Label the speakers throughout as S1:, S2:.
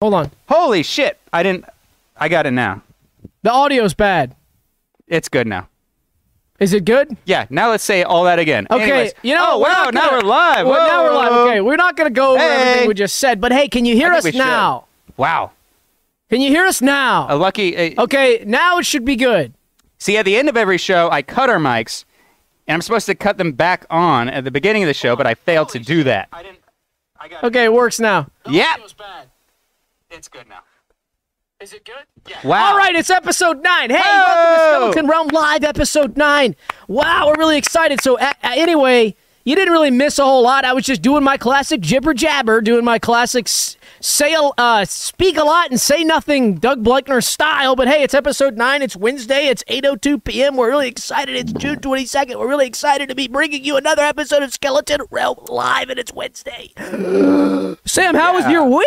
S1: Hold on.
S2: Holy shit! I didn't. I got it now.
S1: The audio's bad.
S2: It's good now.
S1: Is it good?
S2: Yeah. Now let's say all that again.
S1: Okay,
S2: Anyways.
S1: you know,
S2: Oh,
S1: we're
S2: wow!
S1: not
S2: now
S1: gonna-
S2: we're live.
S1: Well, now we're
S2: Whoa.
S1: live. Okay, we're not going to go over
S2: Hey.
S1: everything we just said, but hey, can you hear
S2: I
S1: us
S2: think we should.
S1: now?
S2: Wow.
S1: Can you hear us now?
S2: A lucky. Uh,
S1: Okay, now it should be good.
S2: See, at the end of every show, I cut our mics, and I'm supposed to cut them back on at the beginning of the show, but I failed to do that.
S3: I didn't. I got
S1: Okay, it works now.
S2: Yeah.
S3: bad. It's good now. Is it good? Yeah.
S2: Wow.
S1: All right, it's episode nine. Hey,
S2: Oh!
S1: welcome to Skeleton Realm Live, episode nine. Wow, we're really excited. So, a- a- anyway, you didn't really miss a whole lot. I was just doing my classic jibber jabber, doing my classic s- say a- uh, speak a lot and say nothing, Doug Bleichner style. But hey, it's episode nine. It's Wednesday. It's 8:02 p.m. We're really excited. It's June 22nd. We're really excited to be bringing you another episode of Skeleton Realm Live, and it's Wednesday. Sam, how was your week?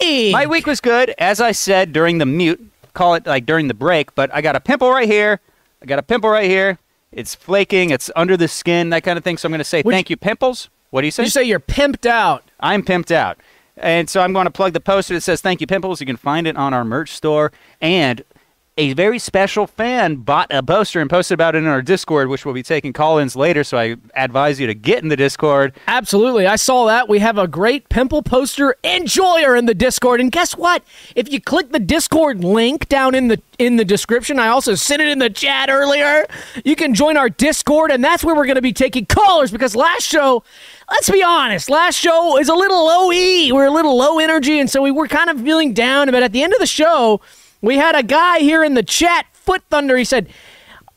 S2: My week was good, as I said during the mute. Call it like during the break, but I got a pimple right here. I got a pimple right here. It's flaking. It's under the skin, that kind of thing. So I'm going to say
S1: Would
S2: thank you, pimples. What do you say?
S1: you say you're pimped out.
S2: I'm pimped out, and so I'm going to plug the poster that says thank you, pimples. You can find it on our merch store, and a very special fan bought a poster and posted about it in our Discord, which we'll be taking call-ins later. So I advise you to get in the Discord.
S1: Absolutely. I saw that. We have a great pimple poster enjoyer in the Discord. And guess what? If you click the Discord link down in the in the description, I also sent it in the chat earlier. You can join our Discord and that's where we're going to be taking callers because last show, let's be honest, last show is a little low E. We're a little low energy and so we were kind of feeling down, but at the end of the show, we had a guy here in the chat, Foot Thunder, he said,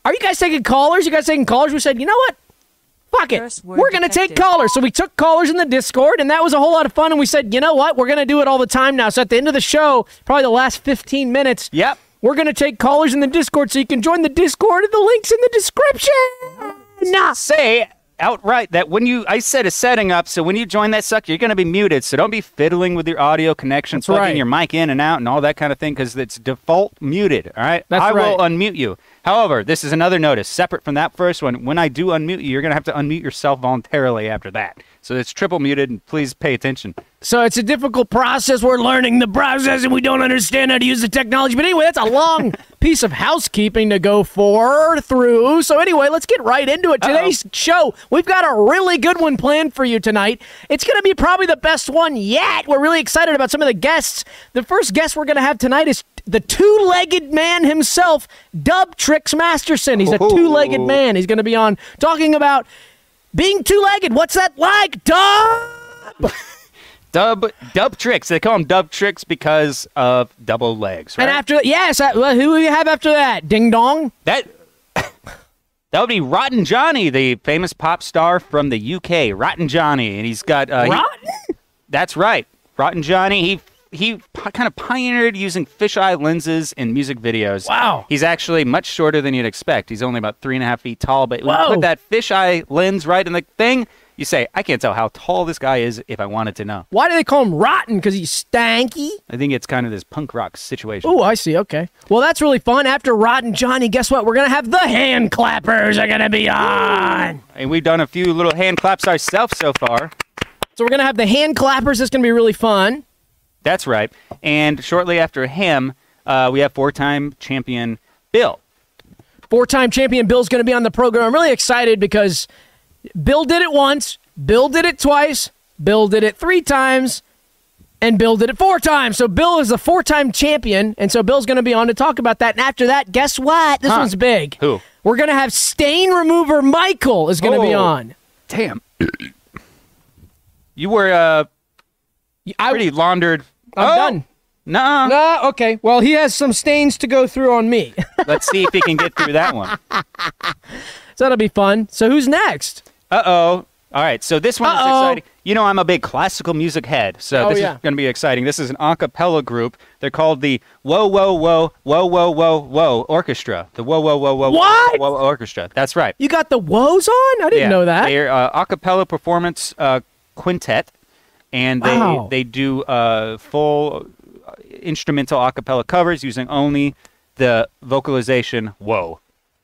S1: "Are you guys taking callers? You guys taking callers?" We said, "You know what? fuck it.
S4: Curse word
S1: We're going to take
S4: detected.
S1: callers. So we took callers in the Discord, and that was a whole lot of fun. And we said, you know what? We're going to do it all the time now. So at the end of the show, probably the last 15 minutes,
S2: Yep.
S1: we're going to take callers in the Discord. So you can join the Discord. The link's in the description. Nah.
S2: say outright that when you I set a setting up so when you join that sucker you're going to be muted so don't be fiddling with your audio connection plugging
S1: right.
S2: your mic in and out and all that kind of thing cuz it's default muted all right
S1: That's
S2: I will
S1: right.
S2: unmute you however this is another notice separate from that first one when I do unmute you you're going to have to unmute yourself voluntarily after that so it's triple muted and please pay attention
S1: So it's a difficult process. We're learning the process, and we don't understand how to use the technology. But anyway, that's a long piece of housekeeping to go for through. So anyway, let's get right into it. Today's show, we've got a really good one planned for you tonight. It's going to be probably the best one yet. We're really excited about some of the guests. The first guest we're going to have tonight is the two-legged man himself, Dub Tricks Masterson. He's a
S2: Ooh.
S1: two-legged man. He's going to be on talking about being two-legged. What's that like, Dub?
S2: dub dub tricks they call them dub tricks because of double legs right
S1: And after yes, uh, well, who do you have after that? Ding dong.
S2: That that would be Rotten Johnny, the famous pop star from the UK, Rotten Johnny, and he's got uh, he-
S1: Rotten?
S2: that's right, Rotten Johnny. He he p- kind of pioneered using fisheye lenses in music videos.
S1: Wow.
S2: He's actually much shorter than you'd expect. He's only about three and a half feet tall, but when you
S1: Whoa.
S2: put that fisheye lens right in the thing, you say, I can't tell how tall this guy is if I wanted to know.
S1: Why do they call him rotten? Because he's stanky.
S2: I think it's kind of this punk rock situation.
S1: Oh, I see. Okay. Well, that's really fun. After Rotten Johnny, guess what? We're gonna have the hand clappers are gonna be on.
S2: And we've done a few little hand claps ourselves so far.
S1: So we're gonna have the hand clappers. That's gonna be really fun.
S2: That's right. And shortly after him, uh, we have four-time champion Bill.
S1: Four-time champion Bill's gonna be on the program. I'm really excited because Bill did it once. Bill did it twice. Bill did it three times. and Bill did it four times. So Bill is the four-time champion, and so Bill's going to be on to talk about that. And after that, guess what? This
S2: Huh.
S1: one's big.
S2: Who?
S1: We're going to have stain remover Michael is going to be
S2: Oh.
S1: on.
S2: Damn. you were uh, pretty laundered.
S1: I'm
S2: Oh,
S1: done.
S2: Nah.
S1: Ah, okay. Well, he has some stains to go through on me,
S2: Let's see if he can get through that one.
S1: so that'll be fun. So who's next?
S2: Uh-oh. All right, so this one
S1: Uh-oh.
S2: is exciting. You know I'm a big classical music head, so
S1: Oh,
S2: this
S1: yeah.
S2: is going to be exciting. This is an a cappella group. They're called the Whoa Whoa Whoa Whoa Whoa Whoa Whoa Orchestra. The Whoa Whoa Whoa Whoa
S1: What?
S2: Whoa Whoa Orchestra. That's right.
S1: You got the woes on? I didn't know that.
S2: They're uh, a cappella performance uh, quintet, and they
S1: Wow.
S2: they do uh, full uh, instrumental a cappella covers using only the vocalization "whoa."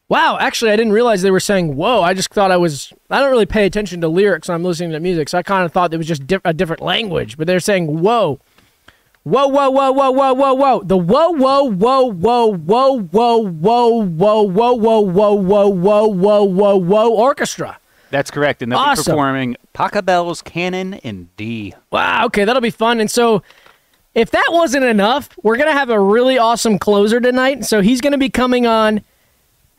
S1: Wow. Actually, I didn't realize they were saying "whoa." I just thought I was. I don't really pay attention to lyrics when I'm listening to music, so I kind of thought it was just diff- a different language. But they're saying "whoa." Whoa, whoa, whoa, whoa, whoa, whoa, whoa. The whoa, whoa, whoa, whoa, whoa, whoa, whoa, whoa, whoa, whoa, whoa, whoa, whoa, whoa, whoa, whoa orchestra.
S2: That's correct. And they'll
S1: Awesome.
S2: be performing Pachelbel's Canon in D.
S1: Wow, okay, that'll be fun. And so, if that wasn't enough, we're going to have a really awesome closer tonight. So, he's going to be coming on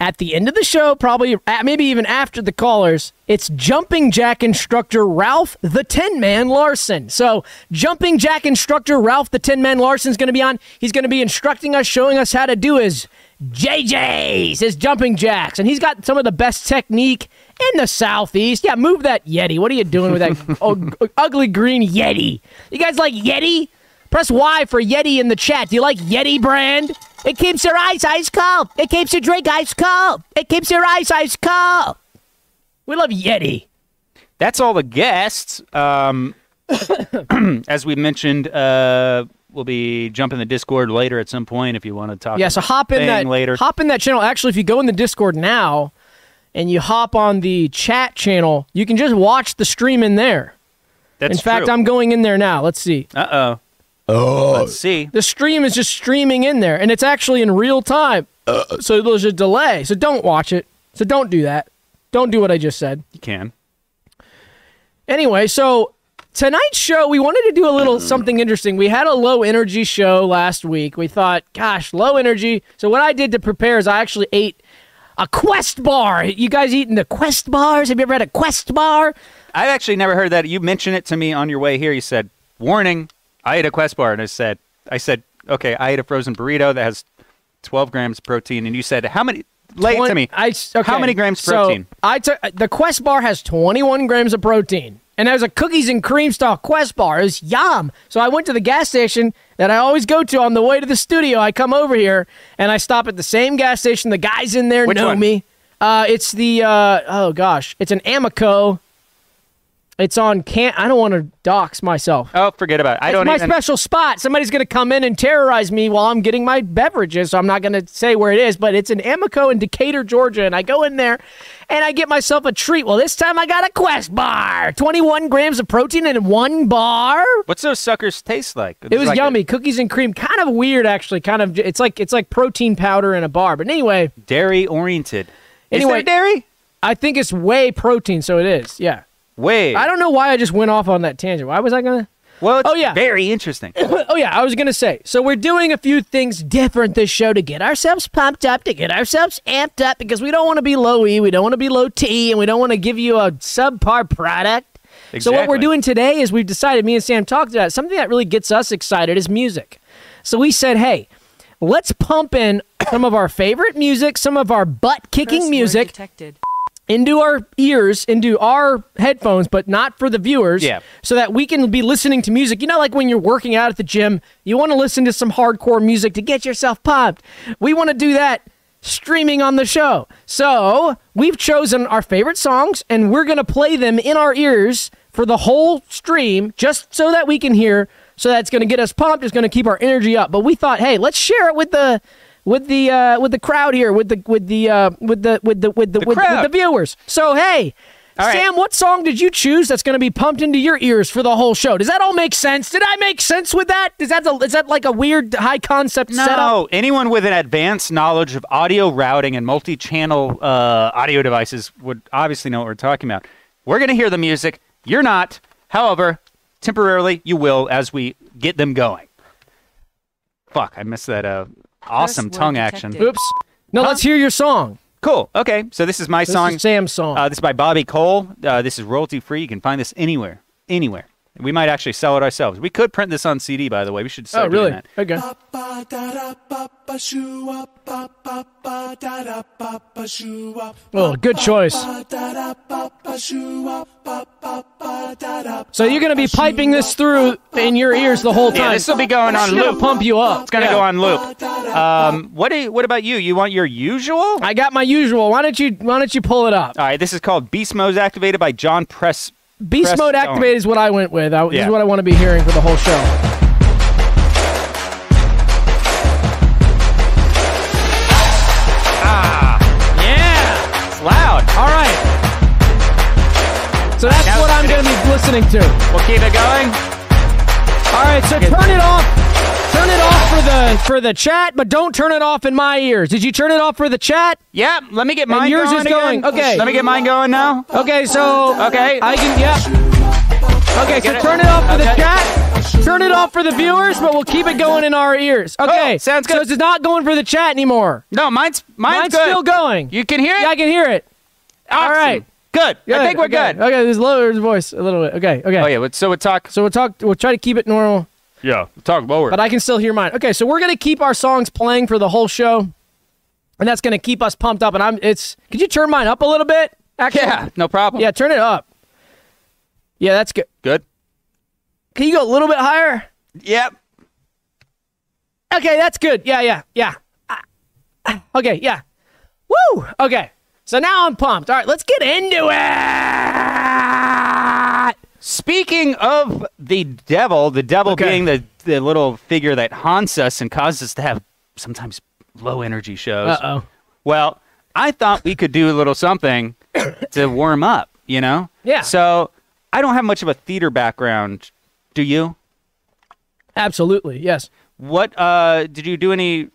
S1: at the end of the show, probably uh, maybe even after the callers. It's jumping jack instructor Ralph the 10 man Larson. So, jumping jack instructor Ralph the 10 man Larson is going to be on. He's going to be instructing us, showing us how to do his JJ's, his jumping jacks. And he's got some of the best technique in the Southeast. Yeah, move that Yeti. What are you doing with that u- ugly green Yeti? You guys like Yeti? Press Y for Yeti in the chat. Do you like Yeti brand? It keeps your ice ice cold. It keeps your drink ice cold. It keeps your ice ice cold. We love Yeti.
S2: That's all the guests. Um, as we mentioned, uh, we'll be jumping the Discord later at some point if you want to talk.
S1: Yeah, so hop in
S2: thing
S1: that
S2: later.
S1: hop in that channel. Actually, if you go in the Discord now and you hop on the chat channel, you can just watch the stream in there.
S2: That's
S1: in fact,
S2: true.
S1: I'm going in there now. Let's see.
S2: Uh oh. Oh. Let's see.
S1: The stream is just streaming in there, and it's actually in real time.
S2: Uh,
S1: So there's a delay. So don't watch it. So don't do that. Don't do what I just said.
S2: You can.
S1: Anyway, so tonight's show, we wanted to do a little something interesting. We had a low energy show last week. We thought, gosh, low energy. So what I did to prepare is I actually ate a Quest bar. You guys eating the Quest bars? Have you ever had a Quest bar?
S2: I've actually never heard that. You mentioned it to me on your way here. You said, "Warning, I ate a Quest bar," and I said, "I said, okay, I ate a frozen burrito that has 12 grams protein," and you said, "How many?" Lay it to
S1: Twen-
S2: me.
S1: I s- okay,
S2: How many grams
S1: so
S2: protein?
S1: I took the Quest bar has 21 grams of protein, and that was a cookies and cream style Quest bar. It was yum. So I went to the gas station that I always go to on the way to the studio. I come over here and I stop at the same gas station. The guys in there
S2: Which
S1: know
S2: one?
S1: me. Uh, it's the uh, oh gosh, it's an Amico. It's on can not I don't want to dox myself.
S2: oh, forget about it. I
S1: It's
S2: don't
S1: my
S2: even.
S1: special spot. Somebody's going to come in and terrorize me while I'm getting my beverages. So I'm not going to say where it is, but it's in Amico in Decatur, Georgia. And I go in there and I get myself a treat. Well, this time I got a Quest bar 21 grams of protein in one bar.
S2: What's those suckers taste like?
S1: It was
S2: like a-
S1: yummy. Cookies and cream. Kind of weird, actually. Kind of, it's like, it's like protein powder in a bar. But anyway,
S2: dairy oriented.
S1: Anyway-
S2: Is there dairy?
S1: I think it's whey protein. So it is. Yeah.
S2: Wait.
S1: I don't know why I just went off on that tangent. Why was I going to?
S2: Well, it's
S1: Oh, yeah.
S2: very interesting.
S1: Oh yeah, I was gonna say. So we're doing a few things different this show to get ourselves pumped up, to get ourselves amped up, because we don't want to be low E, we don't want to be low T, and we don't want to give you a subpar product. So what we're
S2: Exactly.
S1: doing today is we've decided. Me and Sam talked about it, something that really gets us excited is music. So we said, hey, let's pump in some of our favorite music, some of our butt kicking music,
S4: detected.
S1: into our ears, into our headphones, but not for the viewers.
S2: Yeah.
S1: So that we can be listening to music. You know, like when you're working out at the gym, you want to listen to some hardcore music to get yourself pumped. We want to do that streaming on the show. So we've chosen our favorite songs and we're going to play them in our ears for the whole stream just so that we can hear. So that's going to get us pumped. It's going to keep our energy up. But we thought, hey, let's share it with the. With the uh, with the crowd here, with the with the uh, with the with the with the, with, with
S2: crowd.
S1: the viewers. So hey,
S2: right.
S1: Sam, what song did you choose that's going to be pumped into your ears for the whole show? Does that all make sense? Did I make sense with that? Is that the, is that like a weird high concept setup?
S2: No, anyone with an advanced knowledge of audio routing and multi-channel uh, audio devices would obviously know what we're talking about. We're going to hear the music. You're not. However, temporarily you will as we get them going. Fuck, I missed that uh, awesome
S4: word
S2: tongue action.
S4: detected.
S1: Oops. No, let's hear your song.
S2: Cool. Okay, so this is my
S1: This
S2: song.
S1: is Sam's song.
S2: Uh, this is by Bobby Cole. Uh, this is royalty free. You can find this anywhere, anywhere. We might actually sell it ourselves. We could print this on CD, by the way. We should start
S1: oh, really?
S2: doing that.
S1: Okay. Oh, good choice. So you're going to be piping this through in your ears the whole time.
S2: Yeah, this will be going on
S1: It's gonna
S2: loop.
S1: pump you up.
S2: It's gonna
S1: Yeah.
S2: go on loop. Um, what do you, What about you? You want your usual? All
S1: I got my usual. Why don't you why don't you pull it up?
S2: right. This is called Beast Mode activated by John Press.
S1: Beast
S2: Press
S1: mode
S2: on.
S1: activated is what I went with. I, This
S2: Yeah.
S1: is what I want to be hearing for the whole show.
S2: Yeah, it's loud.
S1: All right. So that's
S2: Now
S1: what I'm
S2: it's
S1: going to be listening to.
S2: We'll keep it going.
S1: All right, so turn it off. Turn it off for the for the chat, but don't turn it off in my ears. Did you turn it off for the chat?
S2: Yeah, let me get mine
S1: yours
S2: going
S1: is going.
S2: again.
S1: Okay.
S2: Let me get mine going now.
S1: Okay, so
S2: Okay.
S1: I can yeah. Okay, so
S2: it.
S1: turn it off for the
S2: Okay.
S1: chat. Turn it off for the viewers, but we'll keep it going in our ears. Okay,
S2: Cool, Oh, sounds
S1: So
S2: good.
S1: it's not going for the chat anymore.
S2: No, mine's mine's,
S1: Mine's
S2: good.
S1: still going.
S2: You can hear it?
S1: yeah, I can hear it.
S2: Awesome.
S1: all right.
S2: Good. I think we're
S1: okay.
S2: good.
S1: Okay, there's lower his voice a little bit. Okay, okay.
S2: Oh yeah, but- so we talk
S1: So we'll talk. We'll try to keep it normal.
S2: Yeah, talk lower.
S1: but I can still hear mine. Okay, so we're gonna keep our songs playing for the whole show, and that's gonna keep us pumped up. And I'm it's. Could you turn mine up a little bit? Actually,
S2: yeah, no problem.
S1: yeah, turn it up. Yeah, that's good.
S2: Good.
S1: Can you go a little bit higher?
S2: Yep.
S1: Okay, that's good. Yeah, yeah, yeah. Ah, ah, Okay, yeah. Woo. Okay, so now I'm pumped. All right, let's get into it.
S2: Speaking of the devil, the devil
S1: Okay.
S2: being the, the little figure that haunts us and causes us to have sometimes low energy shows.
S1: Uh oh.
S2: Well, I thought we could do a little something to warm up, you know?
S1: Yeah.
S2: So I don't have much of a theater background. Do you?
S1: Absolutely. Yes.
S2: What uh, did you do any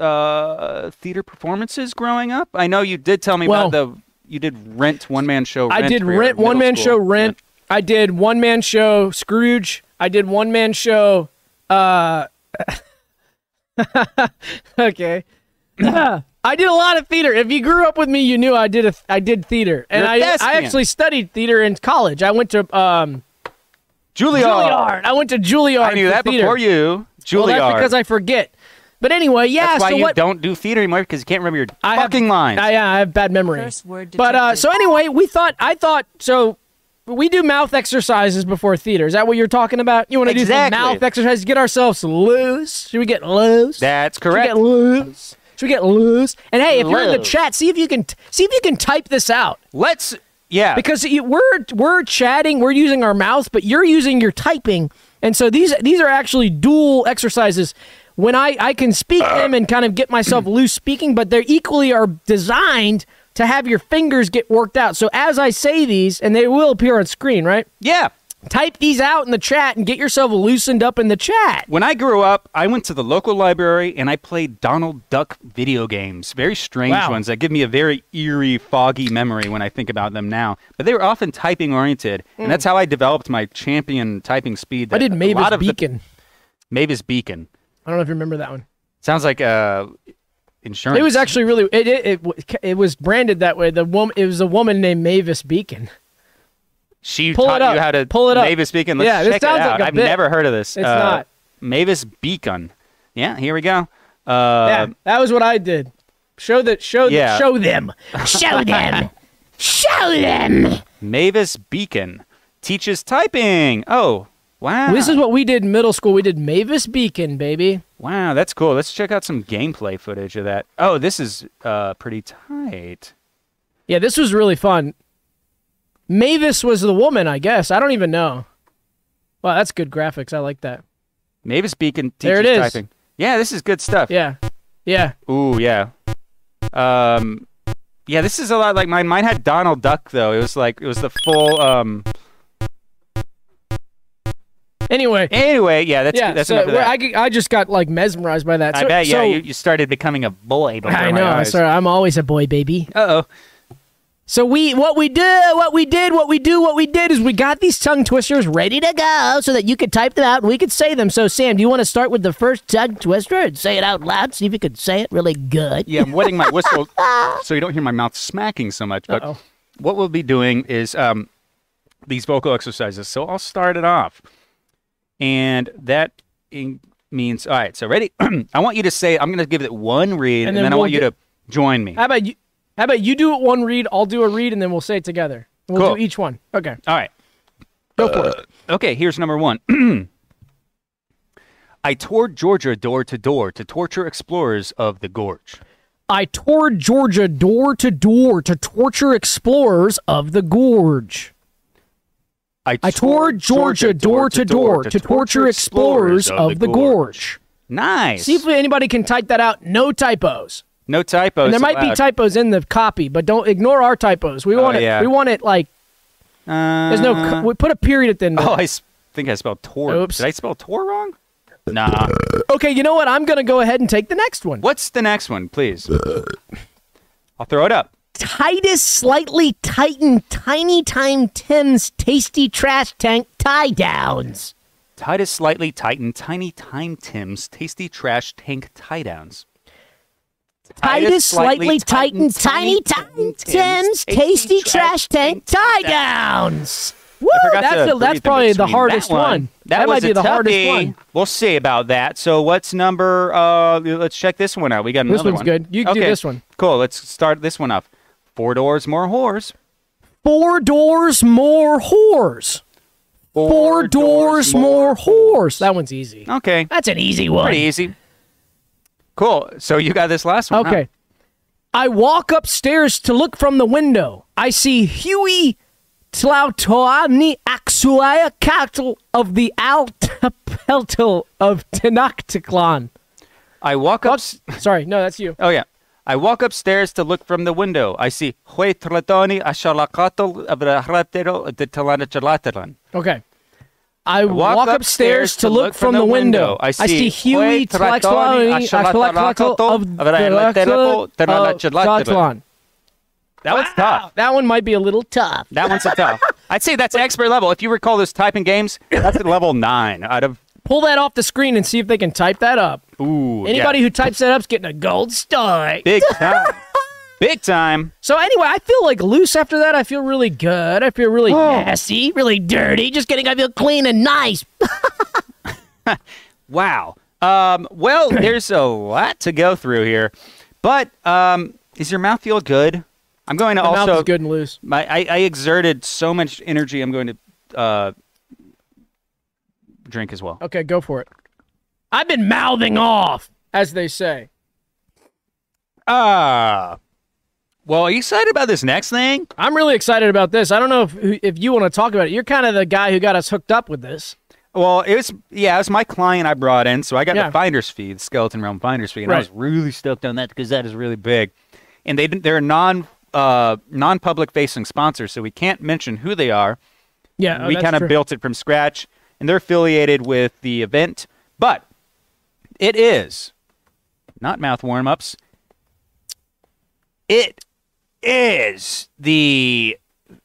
S2: uh, theater performances growing up? I know you did tell me
S1: Well-
S2: about the you did rent one man show.
S1: I did
S2: for your
S1: rent
S2: middle
S1: one man
S2: school.
S1: show rent. I did one man show Scrooge. I did one man show. Uh, okay. I did a lot of theater. If you grew up with me, you knew I did a I did theater, and
S2: You're a
S1: I I
S2: thespian.
S1: actually studied theater in college. I went to um
S2: Juilliard.
S1: Juilliard. I went to Juilliard.
S2: Oh. I knew
S1: for
S2: that
S1: theater.
S2: before you. Juilliard.
S1: Well, that's because I forget. But anyway, yeah.
S2: That's why
S1: so
S2: you
S1: what?
S2: don't do theater anymore because you can't remember your
S1: I have-
S2: fucking lines.
S1: I, yeah, I have bad memory.
S4: Curse word
S1: but uh,
S4: detected.
S1: so anyway, we thought I thought so. We do mouth exercises before theater. Is that what you're talking about? You want to
S2: Exactly.
S1: do some mouth exercises? Get ourselves loose. Should we get loose?
S2: that's
S1: Should we
S2: correct.
S1: get loose? Should we get loose? And hey, if you're in the
S2: Loose.
S1: chat, see if you can see if you can type this out
S2: Let's yeah.
S1: because you, we're we're chatting, we're using our mouth, but you're using your typing, and so these these are actually dual exercises. When I I can speak
S2: Uh.
S1: them and kind of get myself loose speaking, but they're equally are designed to have your fingers get worked out. So as I say these, and they will appear on screen, right?
S2: yeah.
S1: Type these out in the chat and get yourself loosened up in the chat.
S2: When I grew up, I went to the local library and I played Donald Duck video games. Very strange
S1: Wow.
S2: ones that give me a very eerie, foggy memory when I think about them now. But they were often typing oriented, and that's how I developed my champion typing speed.
S1: I
S2: that
S1: Hmm. did
S2: a
S1: Mavis
S2: lot of the-
S1: Beacon.
S2: Mavis Beacon
S1: I don't know if you remember that one.
S2: sounds like uh, insurance.
S1: It was actually really it it, it, w- it was branded that way. The woman it was a woman named Mavis Beacon.
S2: she
S1: pull
S2: taught
S1: it up,
S2: you how to
S1: pull it up.
S2: Mavis Beacon. Let's
S1: Yeah, this
S2: check
S1: sounds
S2: it
S1: like
S2: out.
S1: a
S2: I've
S1: bit.
S2: never heard of this.
S1: It's
S2: Uh,
S1: not.
S2: Mavis Beacon. Yeah, here we go. Uh,
S1: Yeah, that was what I did. Show that. Show that.
S2: Yeah.
S1: Show them. Show them. show them.
S2: Mavis Beacon teaches typing. Oh, wow.
S1: This is what we did in middle school. We did Mavis Beacon, baby.
S2: Wow, that's cool. Let's check out some gameplay footage of that. Oh, this is uh, pretty tight.
S1: Yeah, this was really fun. Mavis was the woman, I guess. I don't even know. Wow, that's good graphics. I like that.
S2: Mavis Beacon teaches
S1: There it is.
S2: typing. Yeah, this is good stuff.
S1: Yeah, yeah.
S2: Ooh, yeah. Um, yeah, this is a lot like mine. Mine had Donald Duck though. It was like it was the full. Um.
S1: Anyway,
S2: Anyway, yeah, that's
S1: yeah.
S2: that's
S1: so
S2: enough of
S1: where
S2: that.
S1: I, g- I just got like mesmerized by that.
S2: I
S1: So-
S2: bet.
S1: so-
S2: yeah, you, you started becoming a boy. Before
S1: I know. I'm sorry. I'm always a boy, baby.
S2: Uh oh.
S1: So we what we do, what we did, what we do, what we did is we got these tongue twisters ready to go so that you could type them out and we could say them. So Sam, do you want to start with the first tongue twister and say it out loud? See if you could say it really good.
S2: Yeah, I'm wetting my whistle so you don't hear my mouth smacking so much. But
S1: Uh-oh.
S2: what we'll be doing is um, these vocal exercises. So I'll start it off. And that in- means, all right, so ready? I want you to say, I'm going to give it one read, and,
S1: And
S2: then,
S1: then
S2: I
S1: we'll
S2: want you
S1: get- Uh,
S2: to join me.
S1: How about you how about you do it one read, I'll do a read, and then we'll say it together. We'll
S2: Cool.
S1: do each one. Okay.
S2: All right. Go for it. Okay, here's number one. I toured Georgia door to door to torture explorers of the gorge.
S1: I toured Georgia door to door to torture explorers of the gorge. I toured Georgia door to door to torture explorers of the gorge.
S2: Nice.
S1: See if anybody can type that out. No typos.
S2: no typos.
S1: And there might be
S2: allowed.
S1: typos in Oh, the copy, but don't ignore our typos. We want it.
S2: yeah.
S1: We want it like
S2: Uh,
S1: Uh, there's no. co- we put a period at the end. of
S2: Oh,
S1: it.
S2: I s- think I spelled tour.
S1: Oops.
S2: Did I spell tour wrong? Nah.
S1: Okay, you know what? I'm going to go ahead and take the next one.
S2: What's the next one, please? I'll throw it up.
S1: Titus slightly tightened Tiny Time Tim's tasty trash tank tie downs.
S2: Titus slightly tightened Tiny Time Tim's tasty trash tank tie downs.
S1: Titus slightly tightened Tiny Time Tim's tasty trash tank tie downs. Woo!
S2: I forgot
S1: Oh, That's,
S2: to
S1: the, that's
S2: breathe in
S1: probably the
S2: between.
S1: hardest
S2: that
S1: one.
S2: That,
S1: might
S2: was
S1: be
S2: a
S1: the hardest
S2: toughie.
S1: one.
S2: We'll see about that. So what's number? Uh, let's check this one out. We got
S1: This
S2: another
S1: one's
S2: one.
S1: good. You can do
S2: Okay,
S1: this one.
S2: Cool. Let's start this one off. Four doors, more whores.
S1: Four doors, more whores. Four, doors, more whores. That one's easy.
S2: Okay.
S1: That's an easy one.
S2: Pretty easy. Cool. So you got this last one. huh?
S1: Okay. I walk upstairs to look from the window. I see Huey Tlautoani Axuaya cattle of the Altapeltel of Tenochtitlan.
S2: I walk up.
S1: Oops. Sorry, no, that's you.
S2: Oh yeah. I walk upstairs to look from the window. I see Hue Tratoni Ashalakatal Abrahatero de Talanachalatalan.
S1: Okay. I walk, upstairs to look from the window. I see, Huey Tlautoani Axuaya of
S2: Abrahatero de Talanachalatalan.
S1: Tenochtitlan.
S2: That one's tough.
S1: That one might be a little tough.
S2: That one's a tough. I'd say that's expert level. If you recall those typing games, that's at level nine out of
S1: Pull that off the screen and see if they can type that up.
S2: ooh. yeah.
S1: Anybody who types that up's getting a gold star.
S2: big time, big time.
S1: So anyway, I feel like loose after that. I feel really good. I feel really
S2: Oh.
S1: nasty, really dirty. Just kidding. I feel clean and nice.
S2: Wow. Um, well, there's a lot to go through here, but um, is your mouth feel good? I'm going to
S1: My mouth
S2: also.
S1: is good and loose.
S2: My, I, I exerted so much energy. I'm going to uh, drink as well.
S1: Okay, go for it. I've been mouthing off, as they say.
S2: Ah. well, are you excited about this next thing?
S1: I'm really excited about this. I don't know if if you want to talk about it. You're kind of the guy who got us hooked up with this.
S2: Well, it was yeah, it was my client I brought in, so I got
S1: Yeah.
S2: the finder's fee, the skeleton realm finder's fee, and I
S1: Right.
S2: was really stoked on that because that is really big. And they didn't- they're non uh, non public facing sponsors, so we can't mention who they are.
S1: Yeah, oh,
S2: we
S1: that's
S2: kind of
S1: true.
S2: built it from scratch, and they're affiliated with the event, but it is not mouth warm ups. It is the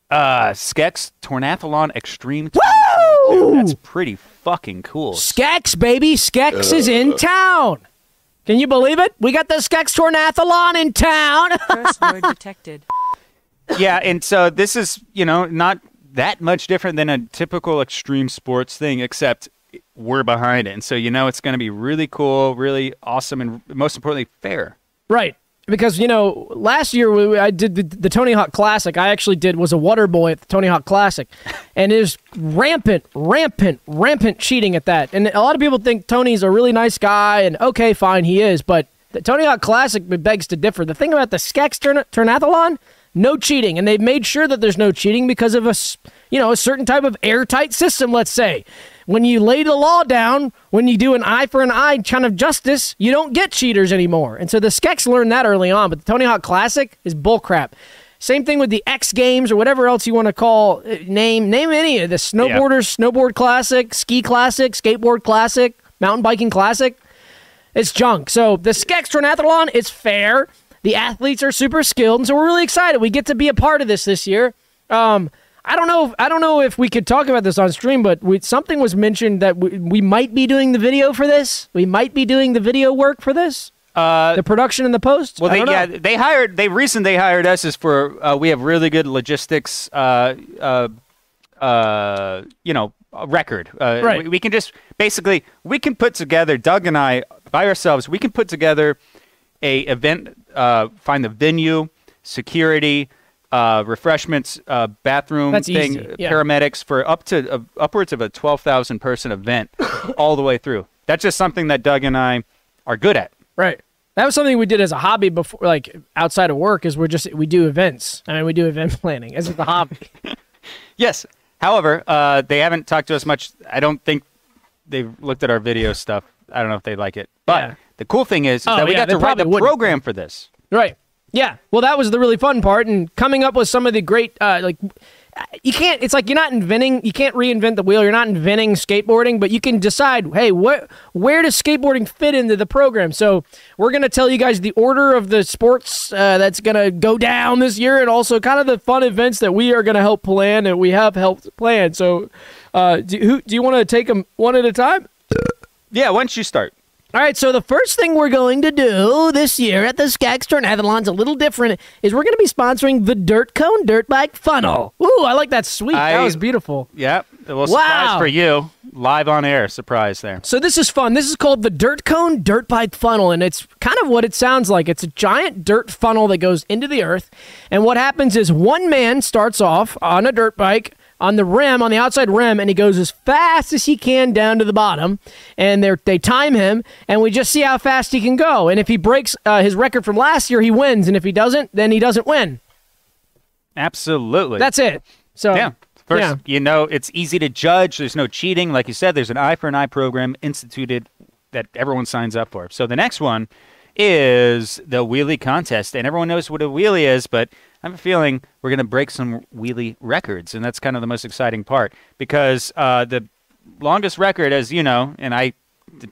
S2: uh, Skex Tornathlon Extreme. 2022. That's pretty fucking cool.
S1: Skex, baby. Skex is in town. Can you believe it? We got the Skex Tornathlon in town.
S4: Curse word detected.
S2: yeah, and so this is, you know, not that much different than a typical extreme sports thing, except we're behind it. And so, you know, it's going to be really cool, really awesome, and most importantly, fair.
S1: Right. Because you know, last year we, I did the, the Tony Hawk Classic. I actually did was a water boy at the Tony Hawk Classic, and is rampant, rampant, rampant cheating at that. And a lot of people think Tony's a really nice guy, and okay, fine, he is. But the Tony Hawk Classic begs to differ. The thing about the Skex turn- Turnathlon, no cheating, and they've made sure that there's no cheating because of a s- you know a certain type of airtight system. Let's say when you lay the law down, when you do an eye for an eye kind of justice, you don't get cheaters anymore. And so the Skex learned that early on, but the Tony Hawk Classic is bullcrap. Same thing with the X Games or whatever else you want to call uh, name name any of the snowboarders, snowboard classic, ski classic, skateboard classic, mountain biking classic. It's junk. So the Skex Trinathlon is fair. The athletes are super skilled, and so we're really excited. We get to be a part of this this year. Um, I don't know. If, I don't know if we could talk about this on stream, but we, something was mentioned that we, we might be doing the video for this. We might be doing the video work for this. Uh, the production and the post.
S2: Well,
S1: I
S2: they,
S1: don't know.
S2: yeah, they hired. They reason they hired us is for uh, we have really good logistics. Uh, uh, uh, you know, record. Uh,
S1: Right.
S2: We, we can just basically we can put together Doug and I by ourselves. We can put together a event. Uh, find the venue, security, uh, refreshments, uh, bathroom
S1: That's
S2: thing,
S1: easy, yeah.
S2: paramedics for up to uh, upwards of a twelve thousand person event, all the way through. That's just something that Doug and I are good at.
S1: Right. That was something we did as a hobby before, like outside of work, is we're just we do events. I mean, we do event planning as the hobby.
S2: Yes. However, uh, they haven't talked to us much. I don't think they've looked at our video stuff. I don't know if they like it. But
S1: Yeah.
S2: the cool thing is, is
S1: Oh,
S2: that we
S1: yeah,
S2: got
S1: they
S2: to write the
S1: probably wouldn't.
S2: program for this.
S1: Right. Yeah. Well, that was the really fun part, and coming up with some of the great, uh, like, you can't it's like you're not inventing you can't reinvent the wheel you're not inventing skateboarding but you can decide hey what where does skateboarding fit into the program so we're going to tell you guys the order of the sports uh, that's going to go down this year and also kind of the fun events that we are going to help plan and we have helped plan so uh, do, who, do you want to take them one at a time
S2: Yeah, once you start?
S1: all right, so the first thing we're going to do this year at the Skagstern Avalon's a little different is we're going to be sponsoring the Dirt Cone Dirt Bike Funnel. Ooh, I like that sweet. that
S2: I-
S1: was beautiful.
S2: Yep. Well,
S1: Wow.
S2: surprise for you. Live on air, surprise there.
S1: So this is fun. This is called the Dirt Cone Dirt Bike Funnel, and it's kind of what it sounds like. It's a giant dirt funnel that goes into the earth, and what happens is one man starts off on a dirt bike on the rim, on the outside rim, and he goes as fast as he can down to the bottom, and they they time him, and we just see how fast he can go. And if he breaks uh, his record from last year, he wins, and if he doesn't, then he doesn't win.
S2: Absolutely.
S1: That's it. So
S2: yeah. First,
S1: yeah.
S2: you know, it's easy to judge. There's no cheating. Like you said, there's an eye for an eye program instituted that everyone signs up for. So the next one is the wheelie contest. And everyone knows what a wheelie is, but I have a feeling we're going to break some wheelie records. And that's kind of the most exciting part because uh, the longest record, as you know, and I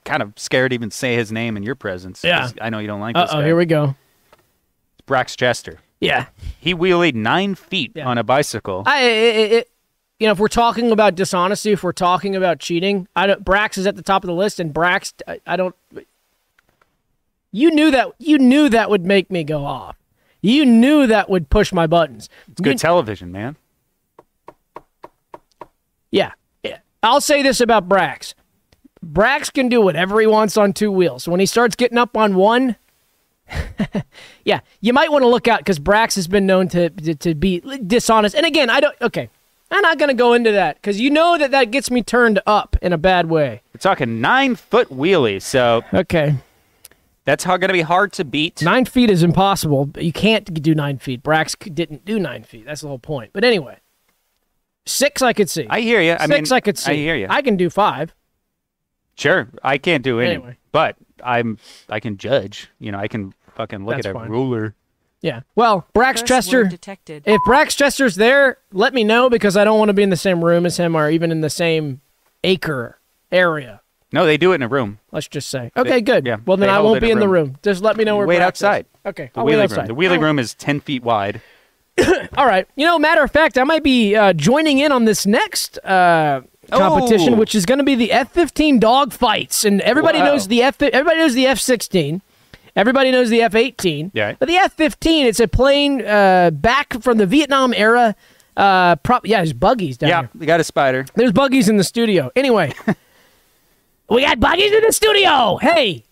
S2: kind of scared to even say his name in your presence. 'cause I know you don't like
S1: Uh
S2: this.
S1: oh,
S2: guy.
S1: here we go.
S2: Brax Chester.
S1: Yeah.
S2: He wheelied nine feet
S1: Yeah.
S2: on a bicycle.
S1: I, it, it- it, you know, if we're talking about dishonesty, if we're talking about cheating, I don't, Brax is at the top of the list, and Brax, I, I don't. You knew that. You knew that would make me go off. You knew that would push my buttons.
S2: it's good television, man.
S1: Yeah. Yeah. I'll say this about Brax. Brax can do whatever he wants on two wheels. When he starts getting up on one, yeah, you might want to look out because Brax has been known to, to to be dishonest. And again, I don't. Okay, I'm not going to go into that because you know that that gets me turned up in a bad way.
S2: We're talking nine foot wheelie, so
S1: Okay,
S2: that's how going to be hard to beat.
S1: nine feet is impossible. but You can't do nine feet. Brax c- didn't do nine feet. That's the whole point. But anyway, six I could see.
S2: I hear you. I
S1: six
S2: mean,
S1: I could see.
S2: I hear you.
S1: I can do five.
S2: sure, I can't do any,
S1: Anyway.
S2: but I'm I can judge. You know, I can fucking look
S1: That's
S2: at a
S1: fine.
S2: ruler.
S1: Yeah. Well, Brax
S4: Curse
S1: Chester.
S4: word detected.
S1: If Brax Chester's there, let me know because I don't want to be in the same room as him or even in the same acre area.
S2: No, they do it in a room.
S1: Let's just say. Okay, good.
S2: yeah,
S1: well, then
S2: they
S1: I
S2: hold
S1: won't
S2: it in
S1: be
S2: a
S1: in the
S2: room.
S1: room. Just let me know where.
S2: Wait
S1: Brax is.
S2: outside.
S1: Okay,
S2: The
S1: I'll wait
S2: wheelie
S1: outside.
S2: room. The wheelie room is ten feet wide.
S1: All right. You know, matter of fact, I might be uh, joining in on this next uh, competition,
S2: Oh.
S1: which is going to be the F-15 dog fights, and everybody
S2: Wow.
S1: knows the F. Everybody knows the F-16. Everybody knows the F-18.
S2: Yeah.
S1: But the F-15, it's a plane uh, back from the Vietnam era. Uh, prop. Yeah, there's buggies down
S2: Yeah,
S1: here.
S2: we got a spider.
S1: There's buggies in the studio. Anyway, we got buggies in the studio. Hey.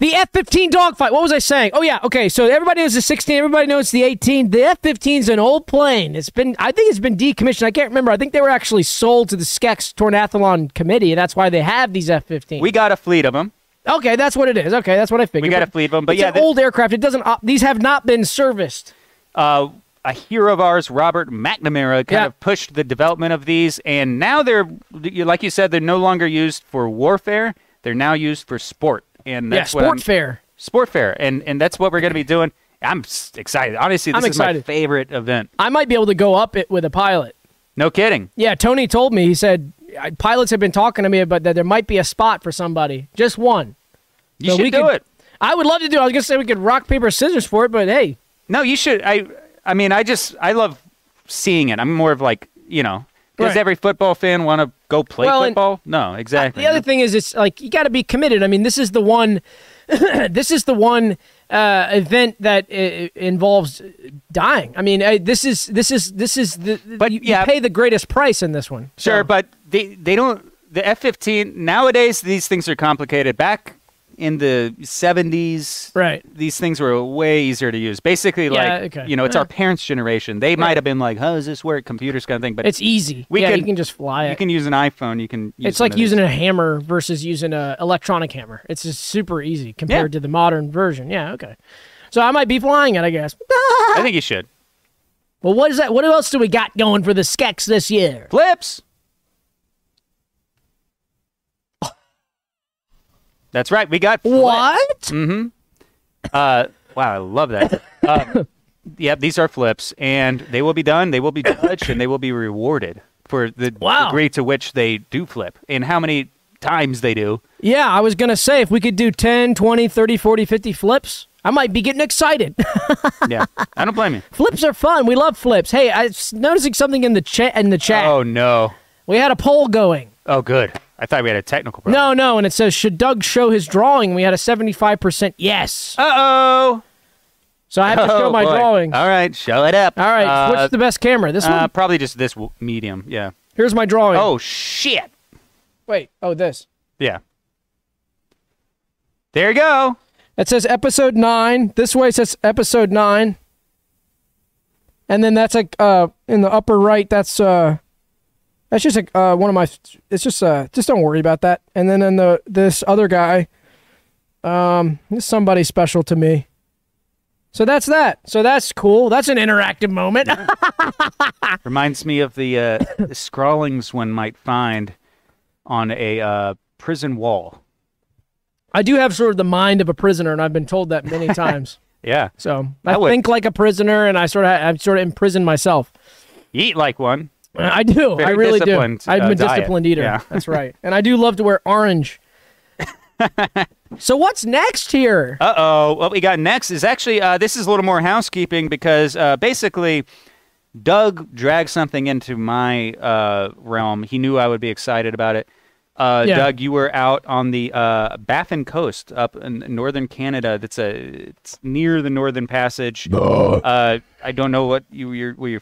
S1: The F 15 dogfight. What was I saying? Oh, yeah. Okay. So everybody knows the 16. Everybody knows the 18. The F 15 is an old plane. It's been, I think it's been decommissioned. I can't remember. I think they were actually sold to the Skex Tornathlon Committee, and that's why they have these F 15.
S2: We got a fleet of them.
S1: Okay. That's what it is. Okay. That's what I figured.
S2: We got a
S1: But
S2: fleet of them. But
S1: it's
S2: yeah,
S1: an
S2: thi-
S1: old aircraft. It doesn't, op- these have not been serviced.
S2: uh, a hero of ours, Robert McNamara, kind
S1: Yeah.
S2: of pushed the development of these, and now they're, you- like you said, they're no longer used for warfare. They're now used for sport, and that's
S1: yeah.
S2: what
S1: Sport
S2: I'm-
S1: fair.
S2: sport fair, and and that's what we're going to be doing. I'm s- excited. Honestly, this
S1: I'm
S2: is my
S1: excited.
S2: favorite event.
S1: I might be able to go up it with a pilot.
S2: No kidding.
S1: Yeah, Tony told me. He said "I- pilots have been talking to me about that there might be a spot for somebody, just one.
S2: You
S1: So
S2: should
S1: we
S2: do
S1: could-
S2: it.
S1: I would love to do. it. I was gonna say we could rock paper scissors for it, but hey,
S2: No, you should. I I mean, I just I love seeing it. I'm more of like you know, does
S1: Right.
S2: every football fan want to go play
S1: Well, and-
S2: football? No, exactly.
S1: the other thing is it's like you got to be committed. I mean, this is the one. this is the one uh, event that uh, involves dying. I mean, uh, this is this is this is the.
S2: But,
S1: you, you
S2: yeah.
S1: pay the greatest price in this one.
S2: Sure,
S1: So-
S2: but they they don't the F-15 nowadays. These things are complicated. Back in the 70s,
S1: Right.
S2: These things were way easier to use. Basically, like
S1: okay.
S2: you know, it's our
S1: Yeah.
S2: parents' generation. They might have been like, "How does this work? Computers kind of thing." But
S1: it's easy.
S2: We
S1: yeah,
S2: could-
S1: you can just fly it.
S2: you can use an iPhone. You can. Use
S1: it's like using
S2: using.
S1: a hammer versus using a electronic hammer. It's just super easy compared to the modern version. Yeah, okay. So I might be flying it, I guess.
S2: I think you should.
S1: Well, what is that? What else do we got going for the Skex this year?
S2: Flips. That's
S1: Mm.
S2: right. We got flips.
S1: What?
S2: Uh, wow, I love that. Uh, Yep, these are flips, and they will be done. They will be judged, and they will be rewarded for the
S1: Wow.
S2: degree to which they do flip and how many times they do.
S1: Yeah, I was going to say if we could do 10, 20, 30, 40, 50 flips, I might be getting excited.
S2: Yeah, I don't blame you.
S1: flips are fun. We love flips. Hey, I was noticing something in the chat in the chat.
S2: Oh no.
S1: We had a poll going.
S2: Oh good. I thought we had a technical problem.
S1: No, no, and it says should Doug show his drawing? We had a 75% yes.
S2: Uh oh.
S1: So I have to show my drawing.
S2: All right, show it up.
S1: All right,
S2: Uh,
S1: what's the best camera? This
S2: uh,
S1: one.
S2: probably just this w- medium. Yeah.
S1: Here's my drawing.
S2: Oh shit.
S1: wait. Oh, this.
S2: Yeah. There you go.
S1: It says episode nine. This way it says episode nine. And then that's like uh in the upper right. That's uh that's just like uh one of my. It's just uh just don't worry about that. And then in the this other guy, um, is somebody special to me. So that's that. So that's cool. That's an interactive moment.
S2: Reminds me of the uh, scrawlings one might find on a uh, prison wall.
S1: I do have sort of the mind of a prisoner, and I've been told that many times.
S2: Yeah.
S1: So I
S2: That would-
S1: think like a prisoner, and I sort of I sort of imprison myself.
S2: Eat like one.
S1: I do. I
S2: Very
S1: really do. I'm
S2: disciplined,
S1: a
S2: uh, diet.
S1: disciplined eater.
S2: Yeah.
S1: That's right. And I do love to wear orange. so what's next here?
S2: Uh oh. What we got next is actually uh, this is a little more housekeeping because uh, basically Doug dragged something into my uh, realm. He knew I would be excited about it. Uh,
S1: Yeah.
S2: Doug, you were out on the uh, Baffin Coast up in northern Canada. That's a it's near the Northern Passage. Uh, I don't know what you were, were you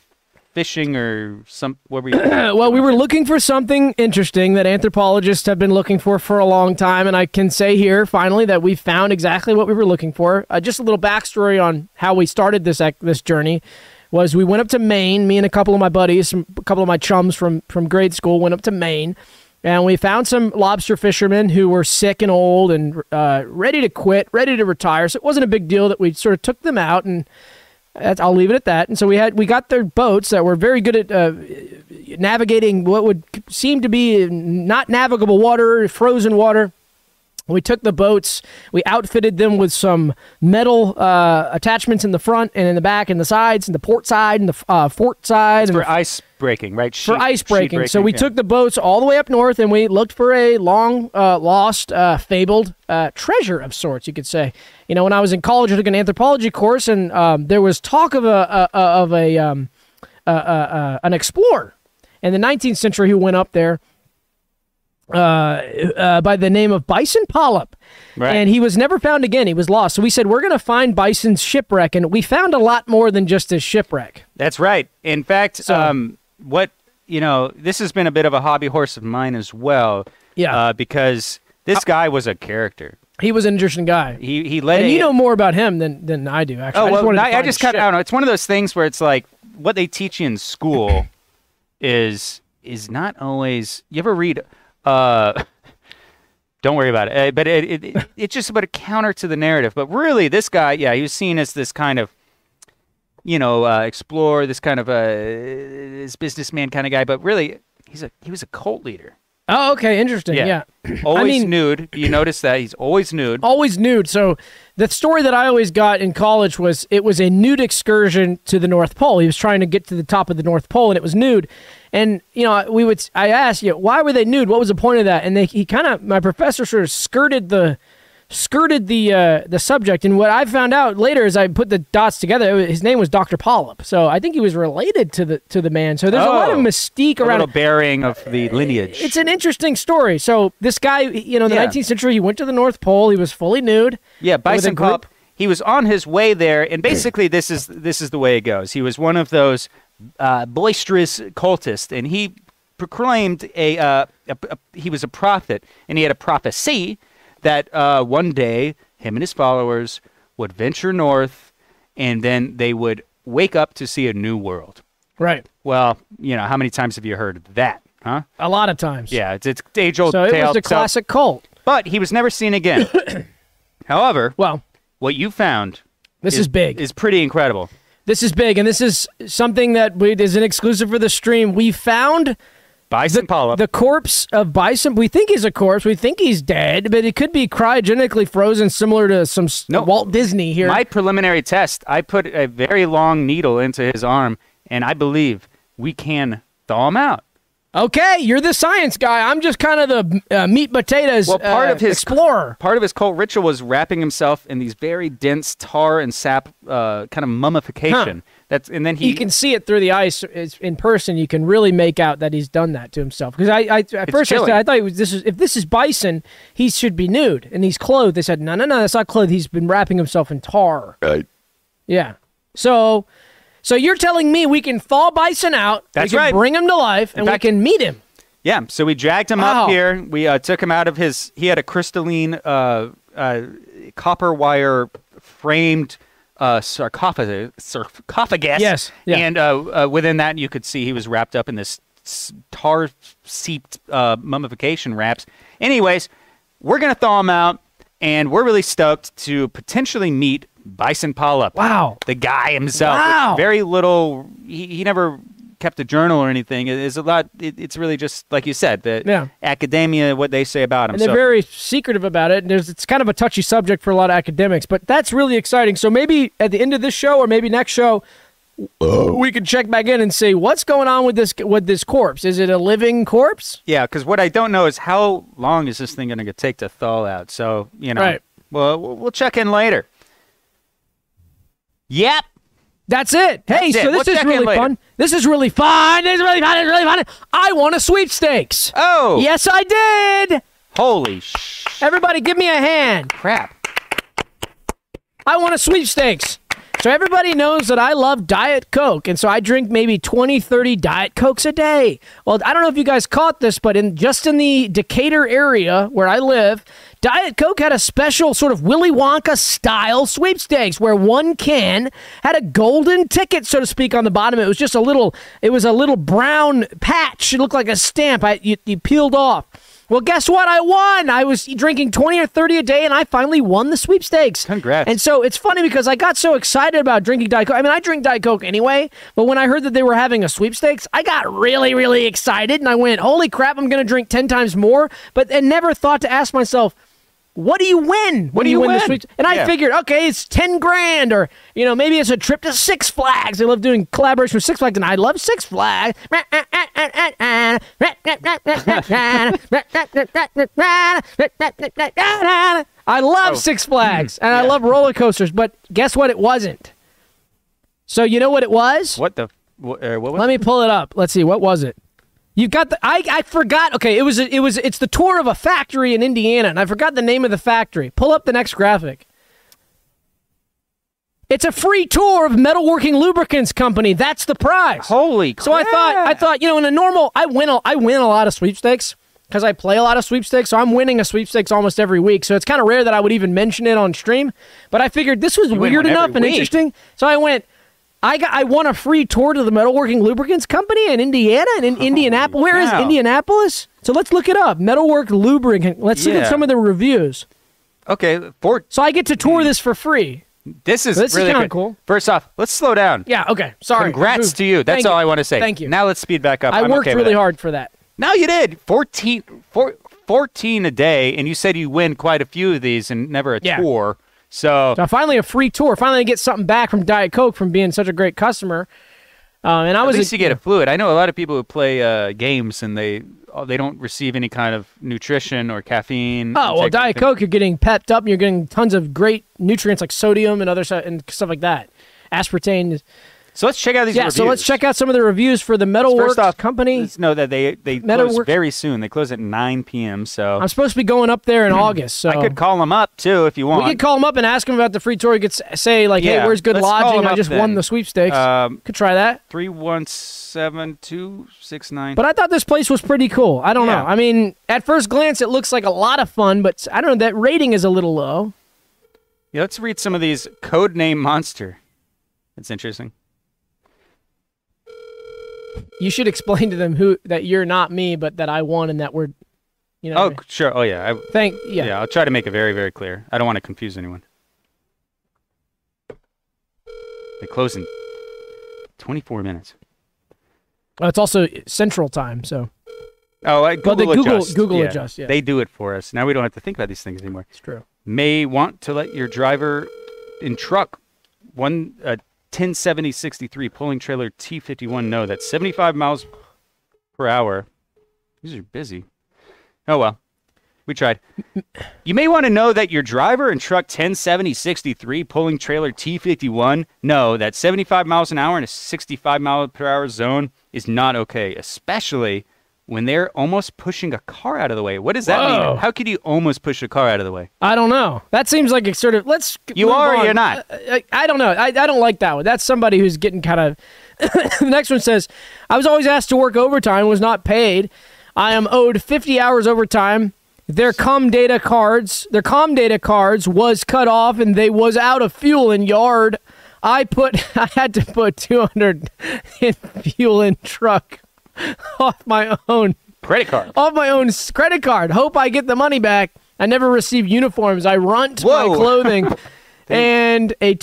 S2: fishing or some. What were you?
S1: well, we were looking for something interesting that anthropologists have been looking for for a long time, and I can say here finally that we found exactly what we were looking for. Uh, just a little backstory on how we started this ac- this journey was we went up to Maine. Me and a couple of my buddies, some, a couple of my chums from from grade school, went up to Maine, and we found some lobster fishermen who were sick and old and uh, ready to quit, ready to retire. So it wasn't a big deal that we sort of took them out and. That's, I'll leave it at that. And so we had we got their boats that were very good at uh, navigating what would seem to be not navigable water, frozen water. We took the boats, we outfitted them with some metal uh, attachments in the front and in the back and the sides and the port side and the uh, fort side and the
S2: for ice breaking, right?
S1: for
S2: Sheet-
S1: ice
S2: sheet
S1: breaking. so we
S2: yeah.
S1: took the boats all the way up north and we looked for a long uh, lost, uh, fabled uh, treasure of sorts, you could say. You know, when I was in college, I took an anthropology course, and um, there was talk of a, a of a um, uh, uh, uh, an explorer in the 19th century who went up there uh, uh, by the name of Bison Polyp.
S2: Right.
S1: And he was never found again. He was lost. So we said, we're going to find Bison's shipwreck. And we found a lot more than just his shipwreck.
S2: That's right. In fact, um, what you know, this has been a bit of a hobby horse of mine as well.
S1: Yeah.
S2: uh, because this guy was a character.
S1: He was an interesting guy.
S2: He he led.
S1: and
S2: a,
S1: you know more about him than than I do. Actually,
S2: Oh
S1: I just
S2: well,
S1: wanted to
S2: I, I
S1: find
S2: just
S1: his
S2: kind of, I don't know. It's one of those things where it's like what they teach you in school is is not always. You ever read? Uh, don't worry about it. Uh, but it, it, it it's just about a counter to the narrative. But really, this guy, yeah, he was seen as this kind of, you know, uh, explorer, this kind of uh, this businessman kind of guy. But really, he's a he was a cult leader.
S1: shit. Oh, okay, interesting. Yeah.
S2: always
S1: mean-
S2: nude. You notice that he's always nude.
S1: always nude. So the story that I always got in college was it was a nude excursion to the North Pole. He was trying to get to the top of the North Pole, and it was nude. And you know, we would I asked you know, why were they nude? What was the point of that? And they, he kind of my professor sort of skirted the skirted the uh, the subject. And what I found out later as I put the dots together, it was- his name was Doctor Polyp. So I think he was related to the to the man. So there's a lot of
S2: Oh.
S1: mystique
S2: A
S1: around
S2: little bearing of the lineage.
S1: it's an interesting story. So this guy, you know, in the
S2: Yeah.
S1: 19th century, he went to the North Pole. He was fully nude.
S2: Yeah,
S1: with a
S2: Bison
S1: group-
S2: Pop. He was on his way there, and basically this is this is the way it goes. He was one of those uh, boisterous cultists, and he proclaimed a, uh, a, a he was a prophet, and he had a prophecy that uh, one day him and his followers would venture north, and then they would wake up to see a new world.
S1: Right.
S2: Well, you know how many times have you heard that, huh?
S1: A lot of times.
S2: Yeah, it's it's age old
S1: So it
S2: tale.
S1: was a
S2: so-
S1: classic cult.
S2: but he was never seen again. However,
S1: Well,
S2: what you found
S1: this is, big.
S2: is pretty incredible.
S1: this is big. And this is something that we, is an exclusive for the stream. We found
S2: Bison polyp.
S1: The corpse of Bison, we think he's a corpse. We think he's dead, but it could be cryogenically frozen, similar to some s-
S2: No.
S1: Walt Disney here.
S2: My preliminary test, I put a very long needle into his arm, and I believe we can thaw him out.
S1: okay, you're the science guy. I'm just kind of the uh, meat potatoes
S2: Well, part
S1: uh,
S2: of his
S1: explorer.
S2: Part of his cult ritual was wrapping himself in these very dense tar and sap, uh, kind of mummification. That's and then he.
S1: you can see it through the ice it's, in person. You can really make out that he's done that to himself. Because I, I at first I, said,
S2: chilling.
S1: I thought it was this is if this is Bison, he should be nude and he's clothed. They said no, no, no, that's not clothed. He's been wrapping himself in tar.
S4: Right.
S1: Yeah. So, so you're telling me we can thaw Bison out?
S2: That's
S1: we can
S2: right.
S1: Bring him to life, and
S2: fact-
S1: we can meet him.
S2: Yeah, so we dragged him
S1: Wow.
S2: up here. We uh, took him out of his. He had a crystalline uh, uh, copper wire framed uh, sarcophagus. sarcophagus.
S1: Yes, yeah.
S2: And uh, uh, within that, you could see he was wrapped up in this s- tar seeped uh, mummification wraps. Anyways, we're going to thaw him out, and we're really stoked to potentially meet Bison Polyp
S1: Wow.
S2: the guy himself.
S1: Wow.
S2: Very little. He, he never kept a journal or anything. It- it's a lot. It, it's really just like you said. The
S1: Yeah.
S2: academia, what they say about him.
S1: And they're
S2: So-
S1: very secretive about it. And there's, it's kind of a touchy subject for a lot of academics, but that's really exciting. So maybe at the end of this show, or maybe next show,
S2: Oh.
S1: we can check back in and see what's going on with this with this corpse. Is it a living corpse?
S2: yeah, because what I don't know is how long is this thing going to take to thaw out. So you know,
S1: Right.
S2: well, we'll we'll check in later. Yep.
S1: That's it. Hey,
S2: That's it.
S1: so
S2: We'll
S1: this is
S2: check in
S1: really
S2: later.
S1: fun. This is really fun. This is really fun. This is really fun. I won a sweepstakes.
S2: Oh.
S1: Yes, I did.
S2: Holy sh-
S1: Everybody, give me a hand.
S2: crap.
S1: I want a sweepstakes. So everybody knows that I love Diet Coke, and so I drink maybe 20, 30 Diet Cokes a day. Well, I don't know if you guys caught this, but in just in the Decatur area where I live, Diet Coke had a special sort of Willy Wonka style sweepstakes where one can had a golden ticket, so to speak, on the bottom. It was just a little, it was a little brown patch. It looked like a stamp. I, you, you peeled off. Well, guess what? I won. I was drinking 20 or 30 a day, and I finally won the sweepstakes.
S2: Congrats.
S1: And so it's funny because I got so excited about drinking Diet Coke. I mean, I drink Diet Coke anyway, but when I heard that they were having a sweepstakes, I got really, really excited and I went, holy crap, I'm going to drink 10 times more. But I never thought to ask myself, what do you win? What
S2: do you
S1: win? the
S2: win?
S1: sweeps- And I
S2: Yeah.
S1: figured, okay, it's 10 grand or, you know, maybe it's a trip to Six Flags. I love doing collaboration with Six Flags and I love Six Flags. I love Six Flags and I love roller coasters, but guess what? It wasn't. So you know what it was?
S2: What the? What, uh, what was?
S1: Let me pull it up. Let's see. What was it? You got the. I, I forgot. Okay, it was it was it's the tour of a factory in Indiana, and I forgot the name of the factory. Pull up the next graphic. It's a free tour of Metalworking Lubricants Company. That's the prize.
S2: Holy crap.
S1: So I thought, I thought, you know, in a normal, I win, a, I win a lot of sweepstakes because I play a lot of sweepstakes. So I'm winning a sweepstakes almost every week. So it's kind of rare that I would even mention it on stream. But I figured this was
S2: win
S1: weird
S2: one every
S1: enough and
S2: week.
S1: interesting. So I went. I got, I won a free tour to the metalworking lubricants company in Indiana and in Indianapolis. Where is
S2: cow.
S1: Indianapolis? So let's look it up. Metalwork lubricant. Let's look
S2: Yeah.
S1: at some of the reviews.
S2: Okay, four.
S1: So I get to tour
S2: Hmm.
S1: this for free.
S2: This is
S1: This is
S2: really
S1: kinda
S2: good.
S1: cool.
S2: First off, let's slow down.
S1: Yeah. Okay. Sorry.
S2: Congrats
S1: Move.
S2: to you. That's
S1: Thank
S2: all I want to say.
S1: Thank you.
S2: Now let's speed back up.
S1: I
S2: I'm
S1: worked
S2: okay with
S1: really
S2: it.
S1: hard for that.
S2: No, you did. 14, four, 14 a day, and you said you win quite a few of these and never a
S1: Yeah.
S2: tour. So,
S1: So finally, a free tour. Finally, I get something back from Diet Coke from being such a great customer. Um, and I
S2: at
S1: was
S2: least you get a fluid. I know a lot of people who play uh, games and they oh, they don't receive any kind of nutrition or caffeine.
S1: oh well,
S2: intake or
S1: Diet
S2: anything.
S1: Coke, you're getting pepped up. and You're getting tons of great nutrients like sodium and other stuff and stuff like that. Aspartame. is-
S2: So let's check out these.
S1: Yeah. So let's check out some of the reviews for the Metalworks
S2: First off,
S1: company.
S2: Let's know that they they
S1: Meta
S2: close
S1: work-
S2: very soon. They close at 9 p.m. So
S1: I'm supposed to be going up there in August. So
S2: Hmm. I could call them up too if you
S1: we
S2: want.
S1: could call him up and ask him about the free tour. We could s- say like,
S2: Yeah,
S1: "Hey, where's good
S2: let's call
S1: lodging?
S2: him
S1: I
S2: up
S1: just
S2: then.
S1: won the sweepstakes."
S2: Um,
S1: could try that.
S2: Three one seven two six nine.
S1: But I thought this place was pretty cool. I don't
S2: Yeah.
S1: know. I mean, at first glance, it looks like a lot of fun, but I don't know. That rating is a little low.
S2: Yeah, let's read some of these code name monster. That's interesting.
S1: You should explain to them who that you're not me, but that I won and that we're, you know.
S2: Oh,
S1: what I mean?
S2: sure. Oh, yeah. I,
S1: thank
S2: yeah.
S1: yeah.
S2: I'll try to make it very, very clear. I don't want to confuse anyone. They close in 24 minutes.
S1: Well, it's also Central Time, so
S2: Oh, I Google
S1: Well, they Google-
S2: adjust.
S1: Google adjust, yeah.
S2: They do it for us. Now we don't have to think about these things anymore.
S1: It's true.
S2: May want to let your driver in truck one uh, 1070 63 pulling trailer T51 know that 75 miles per hour. These are busy. Oh well. We tried. You may want to know that your driver in truck 1070 63 pulling trailer T51 know that 75 miles an hour in a 65 mile per hour zone is not okay, especially when they're almost pushing a car out of the way. What does that
S1: Whoa.
S2: mean? How could you almost push a car out of the way?
S1: I don't know. That seems like a sort of let's.
S2: You
S1: move
S2: are or
S1: on.
S2: you're not.
S1: I, I don't know. I, I don't like that one. That's somebody who's getting kind of. the next one says, I was always asked to work overtime, was not paid. I am owed 50 hours overtime. Their com data cards, their com data cards was cut off and they was out of fuel in yard. I put, I had to put 200 in fuel in truck off my own
S2: Credit card.
S1: off my own s- credit card. Hope I get the money back. I never receive uniforms. I runt
S2: Whoa.
S1: my clothing. and a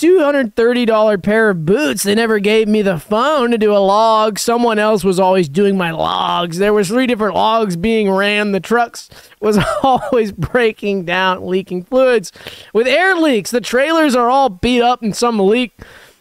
S1: $230 pair of boots. They never gave me the phone to do a log. Someone else was always doing my logs. There was three different logs being ran. The trucks was always breaking down, leaking fluids. With air leaks, the trailers are all beat up and some leak.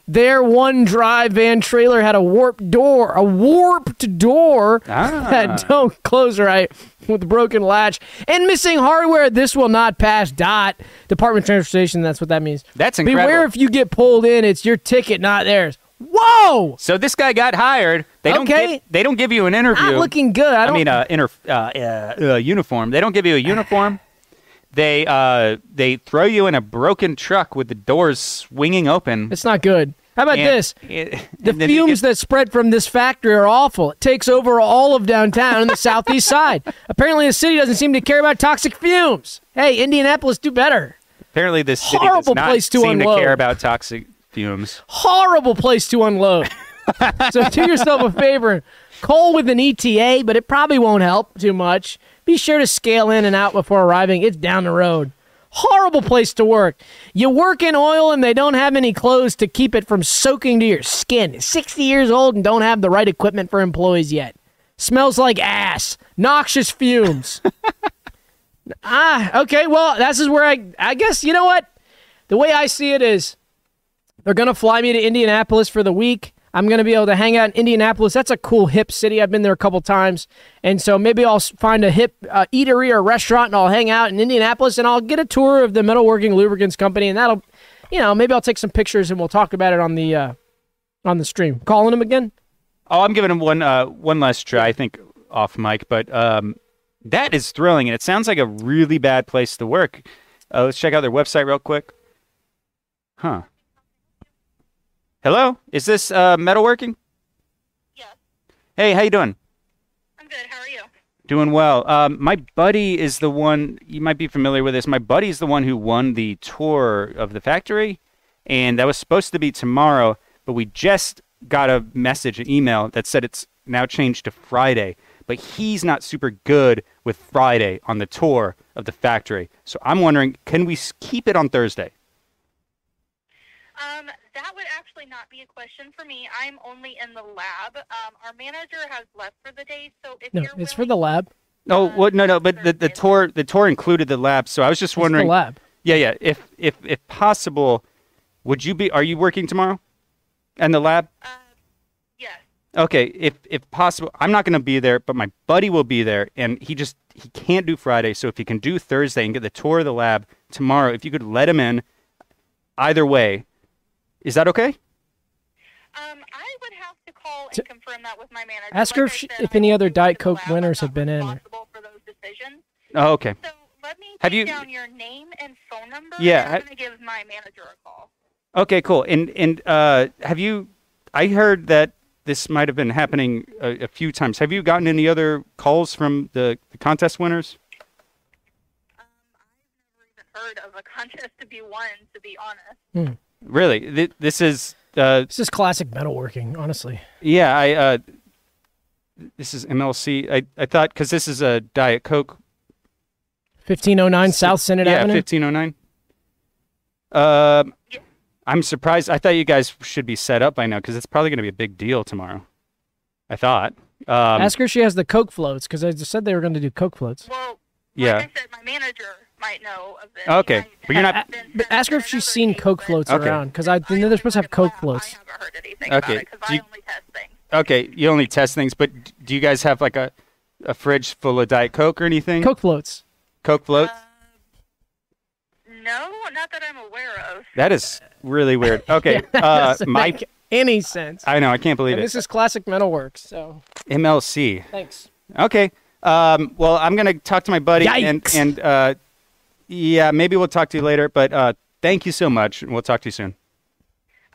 S1: Their one drive van trailer had a warped door, a warped door
S2: Ah.
S1: that don't close right with broken latch and missing hardware. This will not pass. Dot Department of Transportation. That's what that means.
S2: That's
S1: Beware
S2: incredible.
S1: if you get pulled in. It's your ticket, not theirs. Whoa!
S2: So this guy got hired. They don't
S1: Okay.
S2: give, they don't give you an interview.
S1: Not looking good. I
S2: I
S1: don't.
S2: mean, uh, inter, uh, uh, uh, uniform. They don't give you a uniform. They uh, they throw you in a broken truck with the doors swinging open.
S1: it's not good. How about
S2: And-
S1: this?
S2: and-
S1: The
S2: and then you
S1: fumes
S2: get-
S1: that spread from this factory are awful. It takes over all of downtown and the southeast side. Apparently, the city doesn't seem to care about toxic fumes. Hey, Indianapolis, do better.
S2: apparently this city does
S1: horrible
S2: not
S1: place to
S2: seem
S1: unload.
S2: to care about toxic fumes.
S1: horrible place to unload. so do yourself a favor. Coal with an ETA, but it probably won't help too much. Be sure to scale in and out before arriving. It's down the road. Horrible place to work. You work in oil and they don't have any clothes to keep it from soaking to your skin. 60 years old and don't have the right equipment for employees yet. Smells like ass. Noxious fumes. ah, okay. Well, this is where I I guess you know what? The way I see it is they're going to fly me to Indianapolis for the week. I'm going to be able to hang out in Indianapolis. That's a cool, hip city. I've been there a couple times. And so maybe I'll s- find a hip uh, eatery or restaurant and I'll hang out in Indianapolis and I'll get a tour of the Metalworking Lubricants Company. And that'll, you know, maybe I'll take some pictures and we'll talk about it on the. Uh, on the stream, calling him again.
S2: Oh, I'm giving him one uh, one last try. I think off mic, but um, that is thrilling, and it sounds like a really bad place to work. Uh, let's check out their website real quick. Huh. Hello, is this uh, metalworking?
S4: Yes,
S2: Hey, how you doing?
S4: I'm good. How are you?
S2: Doing well. Um, my buddy is the one you might be familiar with. This. My buddy's the one who won the tour of the factory, and that was supposed to be tomorrow, but we just got a message, an email that said it's now changed to Friday. But he's not super good with Friday on the tour of the factory, so I'm wondering, can we s- keep it on Thursday?
S4: Um, that would actually not be a question for me. I'm only in the lab. Um, our manager has left for the day, so if
S1: No,
S4: you're
S1: it's for
S4: willing,
S1: the lab. It's
S2: No,
S4: Uh,
S2: what? Oh, No, no. But the, the
S4: Thursday.
S2: tour the tour included the lab, so I was just
S1: the
S2: wondering.
S1: lab.
S2: Yeah, yeah. If if if possible, would you be? Are you working tomorrow? And the lab?
S4: uh, yes,
S2: Okay, if if possible, I'm not going to be there, but my buddy will be there, and he just he can't do Friday. So if he can do Thursday and get the tour of the lab tomorrow, if you could let him in, either way, is that okay?
S4: um, I would have to call
S1: T-
S4: and confirm that with my manager.
S1: Ask her
S4: Like
S1: if
S4: I
S1: she-
S4: said,
S1: if
S4: I'm
S1: any other
S4: only
S1: Diet
S4: to the
S1: Coke
S4: lab. I'm
S1: winners
S4: not
S1: have been in.
S4: Responsible for those decisions.
S2: Oh, okay.
S4: So let me
S2: Have
S4: take
S2: you-
S4: down your name and phone number.
S2: Yeah,
S4: and
S2: ha-
S4: I'm gonna give my manager a call.
S2: Okay, cool. And and uh, have you? I heard that this might have been happening a, a few times. Have you gotten any other calls from the, the contest winners?
S4: Um, Never even heard of a contest to be won, to be honest.
S2: Really, Th- this is uh,
S1: This is classic metalworking, honestly.
S2: Yeah, I uh, this is MLC. I, I thought because this is a Diet Coke.
S1: 1509 South Senate
S2: yeah,
S1: Avenue.
S2: fifteen oh nine. Um,
S4: Yeah.
S2: I'm surprised. I thought you guys should be set up by now because it's probably going to be a big deal tomorrow. I thought. Um,
S1: Ask her if she has the Coke floats because I just said they were going to do Coke floats.
S4: Well,
S2: Yeah.
S4: like I said, my manager might know of this.
S2: Okay,
S4: I
S2: but you're not-
S4: haven't been
S1: But ask her if
S4: sent
S1: she's
S4: another
S1: seen
S4: date,
S1: Coke
S4: but
S1: floats
S2: Okay.
S1: around because I
S4: I
S1: know they're
S4: only
S1: supposed to
S4: look
S1: have
S4: at the
S1: Coke
S4: lab.
S1: floats.
S4: I haven't heard anything
S2: Okay,
S4: about it because
S2: do
S4: I
S2: you-
S4: only test things.
S2: okay, you only test things, but do you guys have like a, a fridge full of Diet Coke or anything?
S1: Coke floats.
S2: Coke floats?
S4: Um, No, not that I'm aware of.
S2: that is really weird. Okay, uh,
S1: Doesn't
S2: my,
S1: make any sense.
S2: I know, I can't believe
S1: and
S2: it.
S1: this is classic metalworks. So
S2: MLC.
S1: thanks.
S2: Okay. Um, well, I'm gonna talk to my buddy and
S1: Yikes.
S2: and uh, yeah, maybe we'll talk to you later. But uh, thank you so much, and we'll talk to you soon.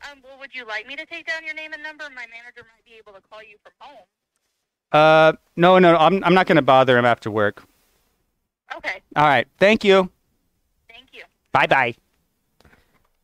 S4: Um, well, would you like me to take down your name and number? My manager might be able to call you from home.
S2: Uh, no, no, I'm I'm not gonna bother him after work.
S4: Okay,
S2: All right. Thank you.
S4: thank you.
S2: Bye bye.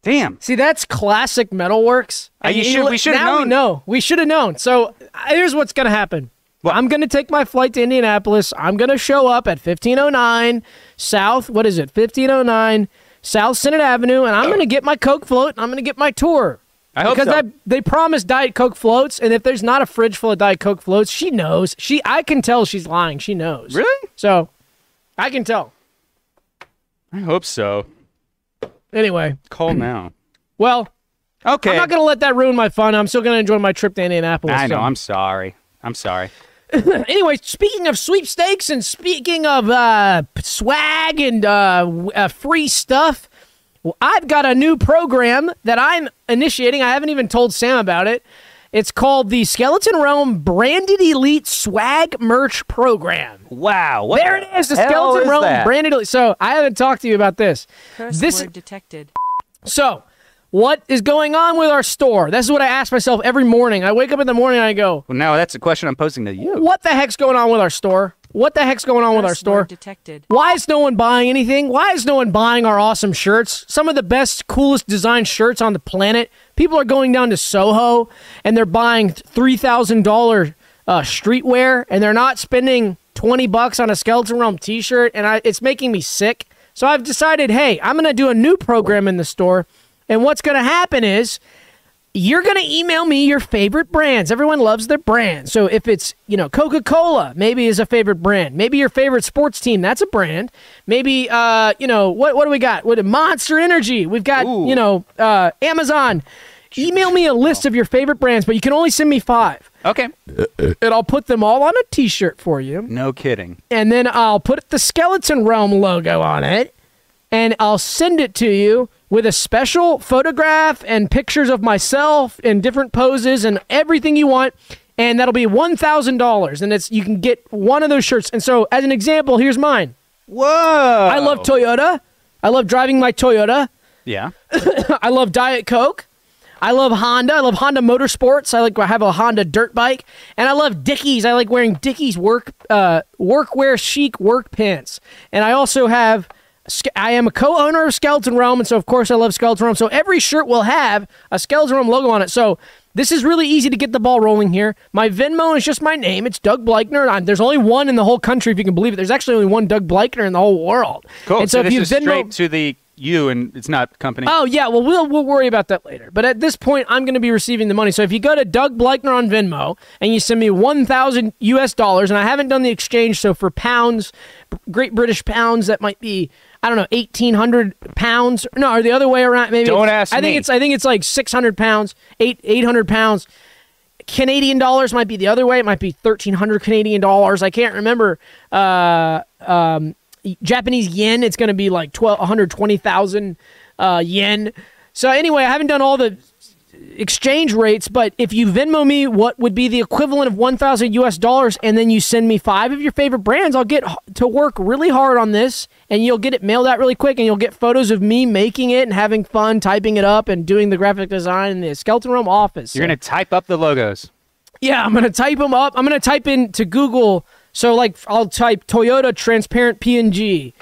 S2: Damn.
S1: See, that's classic metalworks.
S2: Uh,
S1: And
S2: you should-
S1: li-
S2: we should've
S1: now We
S2: known.
S1: know. We should have known. So uh, here's what's gonna happen.
S2: What?
S1: I'm gonna take my flight to Indianapolis. I'm gonna show up at 1509 South. What is it? 1509 South Senate Avenue, and I'm gonna get my Coke float. And I'm gonna get my tour.
S2: I hope
S1: because
S2: so.
S1: I, they promised Diet Coke floats, and if there's not a fridge full of Diet Coke floats, she knows. She, I can tell she's lying. She knows.
S2: Really?
S1: So, I can tell.
S2: I hope so.
S1: Anyway,
S2: Call now.
S1: well,
S2: Okay.
S1: I'm not gonna let that ruin my fun. I'm still gonna enjoy my trip to Indianapolis.
S2: I know.
S1: so.
S2: I'm sorry. I'm sorry.
S1: anyway, speaking of sweepstakes and speaking of uh, p- swag and uh, w- uh, free stuff, well, I've got a new program that I'm initiating. I haven't even told Sam about it. It's called the Skeleton Realm Branded Elite Swag Merch Program.
S2: Wow. What
S1: There it is, the Skeleton Realm Branded Elite. So I haven't talked to you about this.
S5: Curse
S1: This-
S5: word detected.
S1: So, what is going on with our store? This is what I ask myself every morning. I wake up in the morning and I go,
S2: well, now that's a question I'm posing to you.
S1: what the heck's going on with our store? What the heck's going on with our
S5: Curse
S1: store?
S5: word detected.
S1: Why is no one buying anything? Why is no one buying our awesome shirts? Some of the best, coolest design shirts on the planet. People are going down to Soho and they're buying $3,000 uh, streetwear and they're not spending 20 bucks on a Skeleton Realm t shirt. And I, it's making me sick. So I've decided, hey, I'm going to do a new program in the store. And what's going to happen is you're going to email me your favorite brands. Everyone loves their brand. So if it's, you know, Coca Cola, maybe is a favorite brand. Maybe your favorite sports team, that's a brand. Maybe, uh, you know, what, what do we got? What Monster Energy? We've got,
S2: Ooh.
S1: you know, uh, Amazon. Email me a list of your favorite brands, but you can only send me five.
S2: Okay.
S1: And I'll put them all on a t shirt for you
S2: No kidding.
S1: and then I'll put the Skeleton Realm logo on it, and I'll send it to you with a special photograph and pictures of myself in different poses and everything you want. And that'll be one thousand dollars, and it's you can get one of those shirts. And so, as an example, here's mine.
S2: Whoa.
S1: I
S2: I
S1: love Toyota. I love driving my Toyota.
S2: Yeah.
S1: I love Diet Coke. I love Honda. I love Honda Motorsports. I like. I have a Honda dirt bike, and I love Dickies. I like wearing Dickies work uh, workwear chic work pants. And I also have. Ske- I am a co-owner of Skeleton Realm, and so of course I love Skeleton Realm. So every shirt will have a Skeleton Realm logo on it. So this is really easy to get the ball rolling here. My Venmo is just my name. It's Doug Bleichner. And I'm, there's only one in the whole country, if you can believe it. There's actually only one Doug Bleichner in the whole world.
S2: Cool.
S1: And
S2: so,
S1: so, if
S2: this
S1: you
S2: is
S1: Venmo,
S2: straight to the you, and it's not company.
S1: Oh yeah, well we'll we'll worry about that later. But at this point, I'm going to be receiving the money. So if you go to Doug Bleichner on Venmo and you send me one thousand U.S. dollars, and I haven't done the exchange, so for pounds, Great British pounds, that might be I don't know eighteen hundred pounds. No, or the other way around. Maybe
S2: Don't
S1: it's-
S2: ask
S1: I think
S2: me.
S1: it's I think it's like six hundred pounds, eight eight hundred pounds. Canadian dollars might be the other way. It might be thirteen hundred Canadian dollars. I can't remember. Uh, um, Japanese yen. It's going to be like twelve, one hundred twenty thousand uh, yen. So anyway, I haven't done all the exchange rates, but if you Venmo me what would be the equivalent of 1,000 US dollars and then you send me five of your favorite brands, I'll get h- to work really hard on this and you'll get it mailed out really quick and you'll get photos of me making it and having fun typing it up and doing the graphic design in the Skeleton Realm office.
S2: You're gonna type up the logos.
S1: Yeah, I'm gonna type them up. I'm gonna type in to Google. So like, I'll type Toyota transparent PNG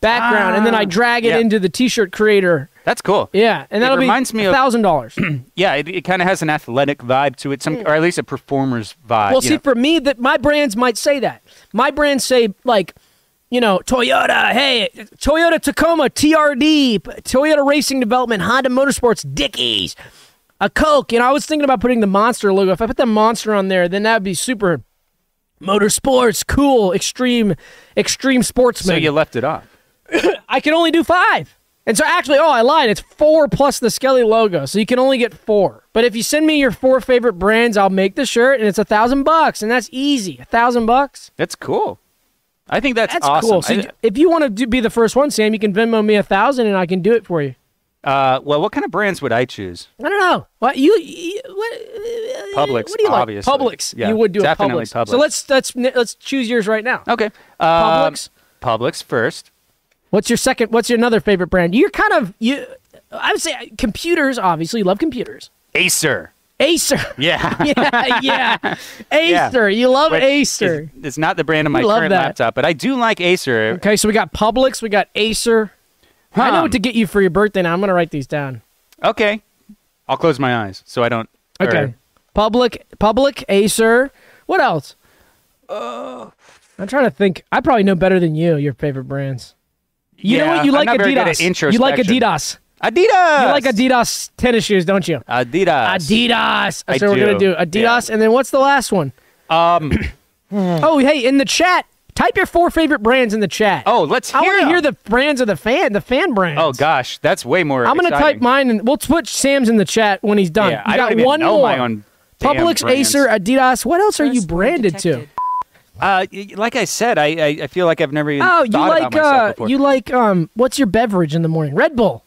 S1: background, and then I drag it
S2: Ah, yeah.
S1: into the T-shirt creator.
S2: That's cool.
S1: Yeah, and that'll
S2: reminds
S1: be
S2: me of-
S1: thousand dollars.
S2: Yeah, it, it kind of has an athletic vibe to it, some or at least a performer's vibe.
S1: Mm. Well,
S2: you
S1: see,
S2: know.
S1: for me, that my brands might say that. My brands say like, you know, Toyota. Hey, Toyota Tacoma, TRD, Toyota Racing Development, Honda Motorsports, Dickies, a Coke. And I was thinking about putting the Monster logo. If I put the Monster on there, then that'd be super Motorsports, cool, extreme, extreme
S2: So
S1: sportsman.
S2: you left it off.
S1: I can only do five. And so actually, oh, I lied. It's four plus the Skelly logo, so you can only get four. But if you send me your four favorite brands, I'll make the shirt, and it's a thousand bucks, and that's easy. A thousand bucks.
S2: That's cool. I think that's,
S1: That's
S2: awesome.
S1: cool. So
S2: I-
S1: you- if you want to do, be the first one, Sam, you can Venmo me a thousand, and I can do it for you.
S2: uh, well, what kind of brands would I choose?
S1: I don't know. What you, you what? uh,
S2: Publix,
S1: What do you like?
S2: obviously.
S1: Publix.
S2: Yeah,
S1: you would do
S2: definitely
S1: a Publix. So
S2: Publix.
S1: let's let's let's choose yours right now.
S2: Okay. Um,
S1: Publix?
S2: Publix first.
S1: What's your second? What's your another favorite brand? You're kind of you. I would say computers. Obviously, you love computers.
S2: Acer.
S1: Acer.
S2: Yeah.
S1: yeah, yeah. Acer. You love
S2: Which
S1: Acer.
S2: is- It's not the brand of my
S1: love
S2: current
S1: that.
S2: laptop, but I do like Acer.
S1: okay, so we got Publix, we got Acer. I know what to get you for your birthday now. I'm going to write these down.
S2: Okay. I'll close my eyes so I don't. or-
S1: Okay. Public, Public, Acer. What else?
S2: Uh,
S1: I'm trying to think. I probably know better than you your favorite brands. You know
S2: Yeah,
S1: what? You
S2: I'm
S1: like
S2: not very good at
S1: Adidas. You like
S2: introspection.
S1: Adidas.
S2: Adidas.
S1: You like Adidas tennis shoes, don't you?
S2: Adidas.
S1: Adidas.
S2: I
S1: That's what we're gonna do.
S2: do.
S1: Adidas, and then what's the last one? Um.
S2: Mm.
S1: oh, hey, in the chat, type your four favorite brands in the chat.
S2: Oh, let's
S1: I
S2: hear
S1: want to
S2: 'em.
S1: hear the brands of the fan, the fan brands.
S2: Oh gosh, that's way more.
S1: I'm gonna
S2: exciting.
S1: type mine, and we'll put Sam's in the chat when he's done.
S2: Yeah,
S1: you
S2: I
S1: got
S2: don't even
S1: one
S2: know
S1: more.
S2: my own. damn
S1: Publix,
S2: brands.
S1: Acer, Adidas. What else are you branded to?
S2: Uh, y- like I said, I, I I feel like I've never even
S1: Oh,
S2: thought
S1: you
S2: about
S1: like
S2: myself
S1: uh,
S2: before.
S1: you like um, what's your beverage in the morning? Red Bull.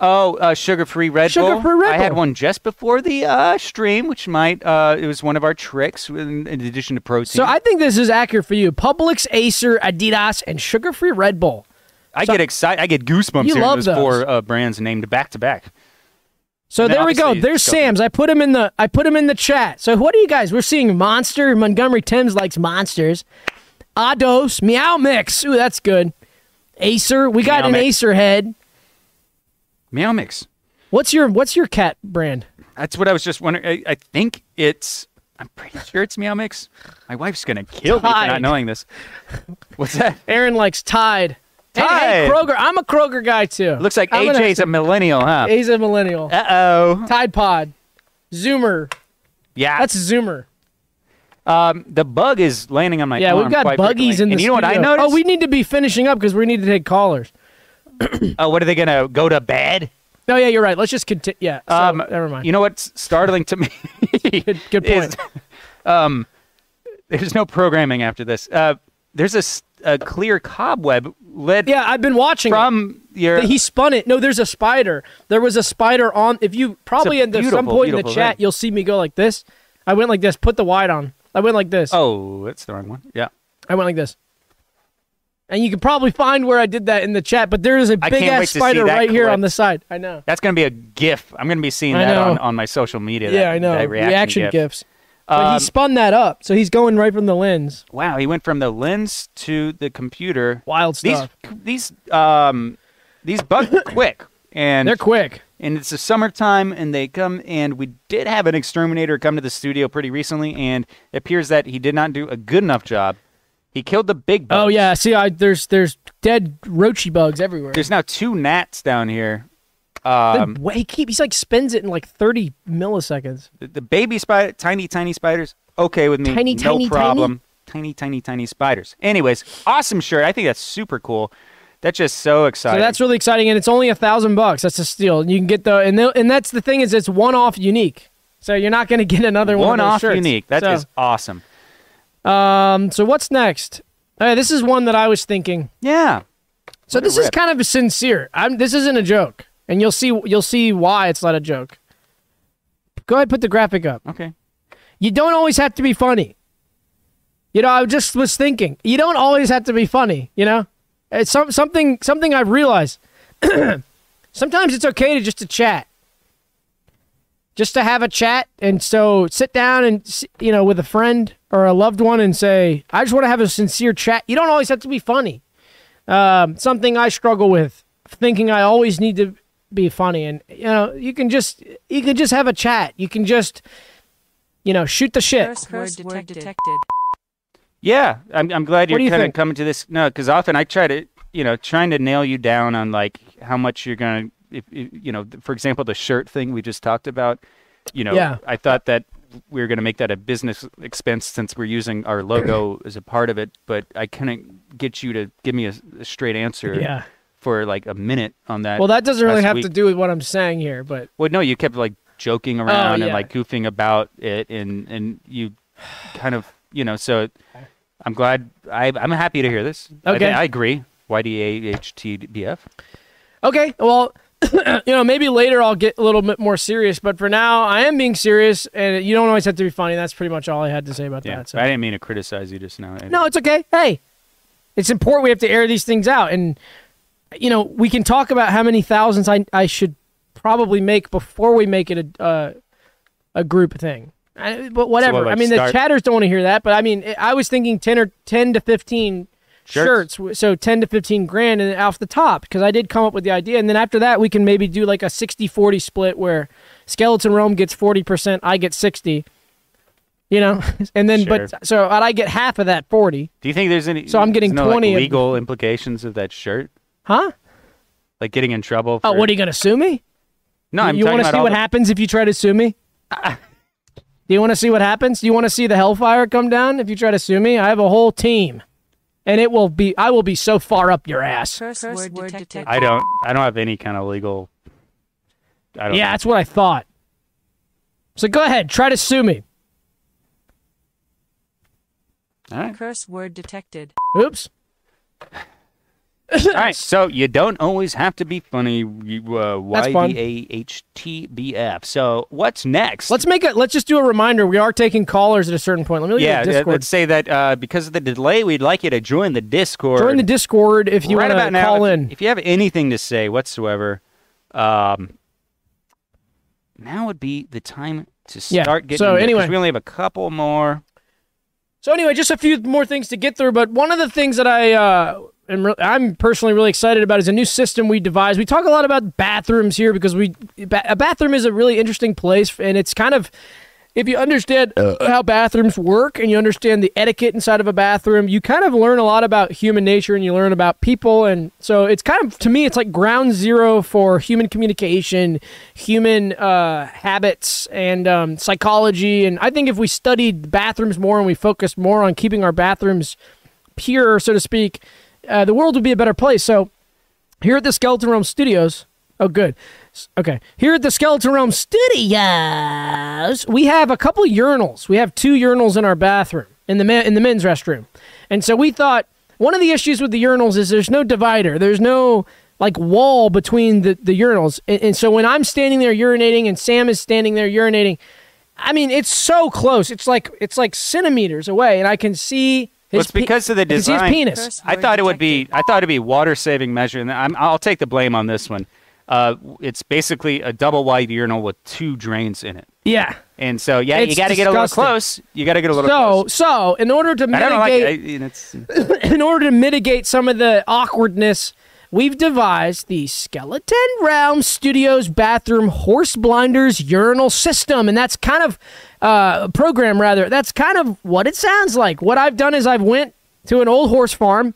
S2: oh, uh, sugar-free Red Bull.
S1: Sugar-free Red
S2: I had
S1: Bull.
S2: one just before the uh, stream, which might uh, it was one of our tricks in, in addition to protein.
S1: So I think this is accurate for you. Publix, Acer, Adidas, and sugar-free Red Bull.
S2: I get excited. I get goosebumps
S1: You
S2: hearing
S1: love
S2: those,
S1: those.
S2: four uh, brands named back to back.
S1: So
S2: And then
S1: there we go.
S2: obviously
S1: There's
S2: it's got-
S1: Sam's. I put him in the I put him in the chat. So what do you guys? We're seeing Monster. Montgomery Thames likes monsters. Ados, Meow Mix. Ooh, that's good. Acer. We got
S2: Meow
S1: an
S2: Mix.
S1: Acer head.
S2: Meow mix.
S1: What's your what's your cat brand?
S2: That's what I was just wondering. I, I think it's. I'm pretty sure it's Meow Mix. My wife's gonna kill me for
S1: Tide.
S2: not knowing this. What's that?
S1: Aaron likes Tide. Hey, hey,
S2: Tide.
S1: Kroger. I'm a Kroger guy too.
S2: Looks like
S1: I'm gonna-
S2: AJ's a millennial, huh?
S1: He's a millennial.
S2: Uh oh.
S1: Tide Pod. Zoomer.
S2: Yeah.
S1: That's Zoomer.
S2: um, the bug is landing on my
S1: Yeah, we've
S2: arm
S1: got
S2: quite
S1: buggies
S2: frequently.
S1: in the
S2: And you know what I
S1: studio.
S2: noticed?
S1: Oh, we need to be finishing up because we need to take callers.
S2: Oh, what are they gonna go to bed?
S1: No, yeah, you're right. Let's just continue. Yeah, so, never mind.
S2: Um, You know what's startling to me?
S1: good, good point.
S2: is- um, there's no programming after this. Uh, there's a, s- a clear cobweb led
S1: Yeah, I've been watching it.
S2: from your.
S1: He spun it. No, there's a spider. There was a spider on. If you probably at the, some
S2: beautiful,
S1: point in the
S2: beautiful
S1: chat,
S2: thing.
S1: you'll see me go like this. I went like this. Put the wide on. I went like this.
S2: oh, that's the wrong one. Yeah.
S1: I went like this. And you can probably find where I did that in the chat. But there is a
S2: I
S1: big
S2: can't wait
S1: ass
S2: to see
S1: spider
S2: that
S1: right here
S2: clip.
S1: on the side. I know.
S2: That's gonna be a GIF. I'm gonna be seeing
S1: I
S2: that on,
S1: know.
S2: on my social media.
S1: yeah,
S2: that-
S1: I know.
S2: that reaction, GIF. Um,
S1: gifs. But he spun that up, so he's going right from the lens.
S2: Wow, he went from the lens to the computer.
S1: Wild
S2: These
S1: stuff.
S2: these um these bugs are quick, and
S1: They're quick.
S2: and it's the summertime, and they come. And we did have an exterminator come to the studio pretty recently, and it appears that he did not do a good enough job. He killed the big bugs.
S1: Oh yeah. See, I there's there's dead roachy bugs everywhere.
S2: There's now two gnats down here.
S1: The
S2: Um,
S1: way he keep, he's like spins it in like 30 milliseconds.
S2: the, the baby spider, tiny, tiny spiders, okay with me.
S1: Tiny,
S2: no
S1: tiny,
S2: problem. Tiny? tiny, tiny, spiders. Anyways, awesome shirt. I think that's super cool. That's just so
S1: So
S2: exciting.
S1: that's really exciting, and it's only a thousand bucks. That's a steal. And you can get the and they'll- and that's the thing is it's one off unique. So you're not going to get another one.
S2: one
S1: of those
S2: off
S1: shirts.
S2: unique. That is
S1: so,
S2: awesome.
S1: um. So what's next? All right, this is one that I was thinking.
S2: Yeah.
S1: So this is
S2: rip.
S1: kind of sincere. I'm. This isn't a joke, and you'll see. You'll see why it's not a joke. Go ahead, put the graphic up.
S2: Okay.
S1: You don't always have to be funny. You know, I just was thinking. You don't always have to be funny. You know, it's some, something something I've realized. Sometimes it's okay to just to chat, just to have a chat, and so sit down and s- you know with a friend or a loved one and say, I just want to have a sincere chat. You don't always have to be funny. Um, something I struggle with, thinking I always need to be funny, and you know you can just you can just have a chat. You can just you know shoot the shit.
S5: Curse word detected.
S2: Yeah. I'm, I'm glad
S1: What
S2: you're
S1: do you
S2: kind of
S1: think?
S2: coming to this. No, because often I try to, you know, trying to nail you down on like how much you're going to, if, if- you know, for example, the shirt thing we just talked about. You know,
S1: Yeah.
S2: I thought that we were going to make that a business expense since we're using our logo as a part of it, but I couldn't get you to give me a, a straight answer
S1: Yeah.
S2: for like a minute on that.
S1: Well, that doesn't really
S2: last
S1: have
S2: week.
S1: to do with what I'm saying here, but
S2: Well, no, you kept like joking around and
S1: Oh, yeah.
S2: like goofing about it, and and you kind of you know. So I'm glad I I'm happy to hear this. I,
S1: Okay.
S2: thi- I agree. YDAHTBF.
S1: okay. Well, you know, maybe later I'll get a little bit more serious, but for now I am being serious, and you don't always have to be funny. That's pretty much all I had to say about
S2: Yeah,
S1: that. So.
S2: I didn't mean to criticize you just now. I-
S1: No, it's okay. Hey, it's important we have to air these things out, and you know we can talk about how many thousands I I should probably make before we make it a uh, a group thing. I, but whatever.
S2: like,
S1: I mean, the
S2: start-
S1: chatters don't want to hear that, but I mean, I- I was thinking ten or ten to fifteen shirts,
S2: Shirts.
S1: w so ten to fifteen grand, and off the top because I did come up with the idea, and then after that we can maybe do like a 60-40 split where Skeleton Rome gets forty percent, I get sixty. You know, and then
S2: Sure.
S1: but so I get half of that forty.
S2: Do you think there's any?
S1: So I'm getting
S2: there's no, like,
S1: 20 of-
S2: legal implications of that shirt,
S1: Huh?
S2: like getting in trouble. For...
S1: Oh, what are you gonna sue me?
S2: No, I'm
S1: you
S2: talking
S1: want to
S2: about
S1: see
S2: all
S1: what
S2: the-
S1: happens if you try to sue me? Do you want to see what happens? Do you want to see the hellfire come down if you try to sue me? I have a whole team, and it will be I will be so far up your ass.
S5: Curse, word, detected.
S2: I don't. I don't have any kind of legal. I don't
S1: Yeah,
S2: know.
S1: that's what I thought. So go ahead, try to sue me.
S2: All right.
S5: Curse word detected.
S1: Oops.
S2: All right, so you don't always have to be funny. You, uh,
S1: That's fun.
S2: YDAHTBF. So what's next?
S1: Let's make it. Let's just do a reminder. We are taking callers at a certain point. Let me leave the
S2: yeah, uh,
S1: Discord.
S2: let's say that uh, because of the delay, we'd like you to join the Discord.
S1: Join the Discord if you
S2: right
S1: want
S2: about
S1: to
S2: now.
S1: call
S2: if,
S1: in.
S2: if you have anything to say whatsoever, um, now would be the time to
S1: Yeah,
S2: start getting.
S1: so
S2: in there, 'cause
S1: anyway.
S2: we only have a couple more.
S1: So anyway, just a few more things to get through. But one of the things that I uh, am re- I'm personally really excited about is a new system we devised. We talk a lot about bathrooms here because we ba- a bathroom is a really interesting place, and it's kind of if you understand how bathrooms work and you understand the etiquette inside of a bathroom, you kind of learn a lot about human nature and you learn about people. And so it's kind of, to me, it's like ground zero for human communication, human uh, habits, and um, psychology. And I think if we studied bathrooms more and we focused more on keeping our bathrooms pure, so to speak, uh, the world would be a better place. So here at the Skeleton Realm Studios. Oh, good. S- Okay. Here at the Skeleton Realm Studios, we have a couple urinals. We have two urinals in our bathroom, in the men, in the men's restroom, and so we thought one of the issues with the urinals is there's no divider. There's no like wall between the, the urinals, and, and so when I'm standing there urinating and Sam is standing there urinating, I mean it's so close. It's like it's like centimeters away, and I can see. His
S2: Well, it's
S1: pe-
S2: because of the
S1: I can see his
S2: design.
S1: penis.
S5: Curse
S2: I
S5: word
S2: thought it would be. I thought it'd be water saving measure, and I'm, I'll take the blame on this one. Uh, it's basically a double wide urinal with two drains in it,
S1: Yeah.
S2: and so yeah, you
S1: It's
S2: got to get a little
S1: disgusting.
S2: close. You got to get a little
S1: So
S2: close.
S1: so in order to
S2: I
S1: mitigate
S2: don't like it. I- and it's,
S1: in order to mitigate some of the awkwardness, we've devised the Skeleton Realm Studios bathroom horse blinders urinal system, and that's kind of uh, program rather. That's kind of what it sounds like. What I've done is I've went to an old horse farm.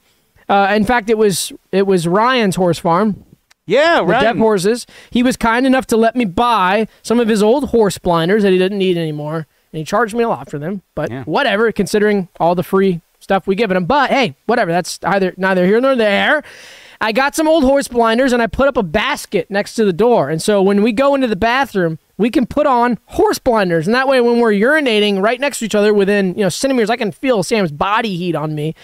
S1: Uh, in fact, it was it was Ryan's horse farm
S2: yeah,
S1: the
S2: right.
S1: deaf horses. He was kind enough to let me buy some of his old horse blinders that he didn't need anymore, and he charged me a lot for them. But
S2: Yeah.
S1: whatever, considering all the free stuff we given him. But hey, whatever. That's either neither here nor there. I got some old horse blinders and I put up a basket next to the door. And so when we go into the bathroom, we can put on horse blinders. And that way when we're urinating right next to each other within, you know, centimeters, I can feel Sam's body heat on me.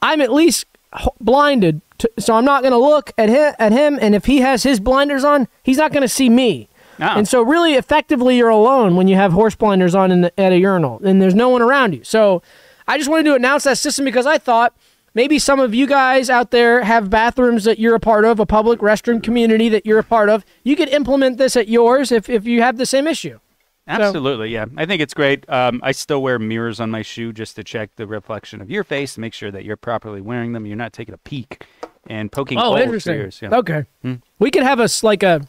S1: I'm at least h- blinded, to, so I'm not going to look at him. At him, and if he has his blinders on, he's not going to see me.
S2: Ah.
S1: And so, really, effectively, you're alone when you have horse blinders on in the, at a urinal, and there's no one around you. So, I just wanted to announce that system because I thought maybe some of you guys out there have bathrooms that you're a part of, a public restroom community that you're a part of. You could implement this at yours if if you have the same issue.
S2: Absolutely, yeah. I think it's great. Um, I still wear mirrors on my shoe just to check the reflection of your face to make sure that you're properly wearing them. You're not taking a peek and
S1: Oh,
S2: poking holes through yours. Yeah. Hmm?
S1: Okay. We could have us like a.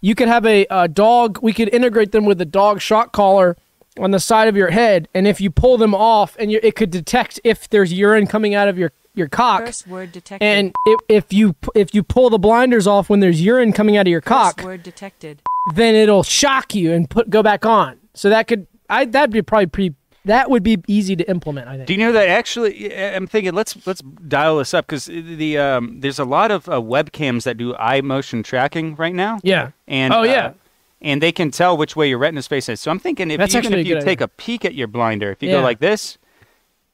S1: You could have a, uh dog. We could integrate them with a dog shock collar on the side of your head, and if you pull them off, and you, it could detect if there's urine coming out of your your cock.
S5: Curse word detected.
S1: And if, if you if you pull the blinders off when there's urine coming out of your
S5: curse
S1: cock,
S5: word detected.
S1: then it'll shock you and put go back on. So that could I that'd be probably pre. That would be easy to implement. I think.
S2: Do you know that actually? I- I'm thinking let's let's dial this up because the um, there's a lot of uh, webcams that do eye motion tracking right now.
S1: yeah.
S2: And
S1: Oh,
S2: uh,
S1: yeah.
S2: and they can tell which way your retina space is. So I'm thinking if
S1: That's
S2: even
S1: actually a
S2: if you
S1: good
S2: take a peek at your blinder, if you
S1: Yeah.
S2: go like this,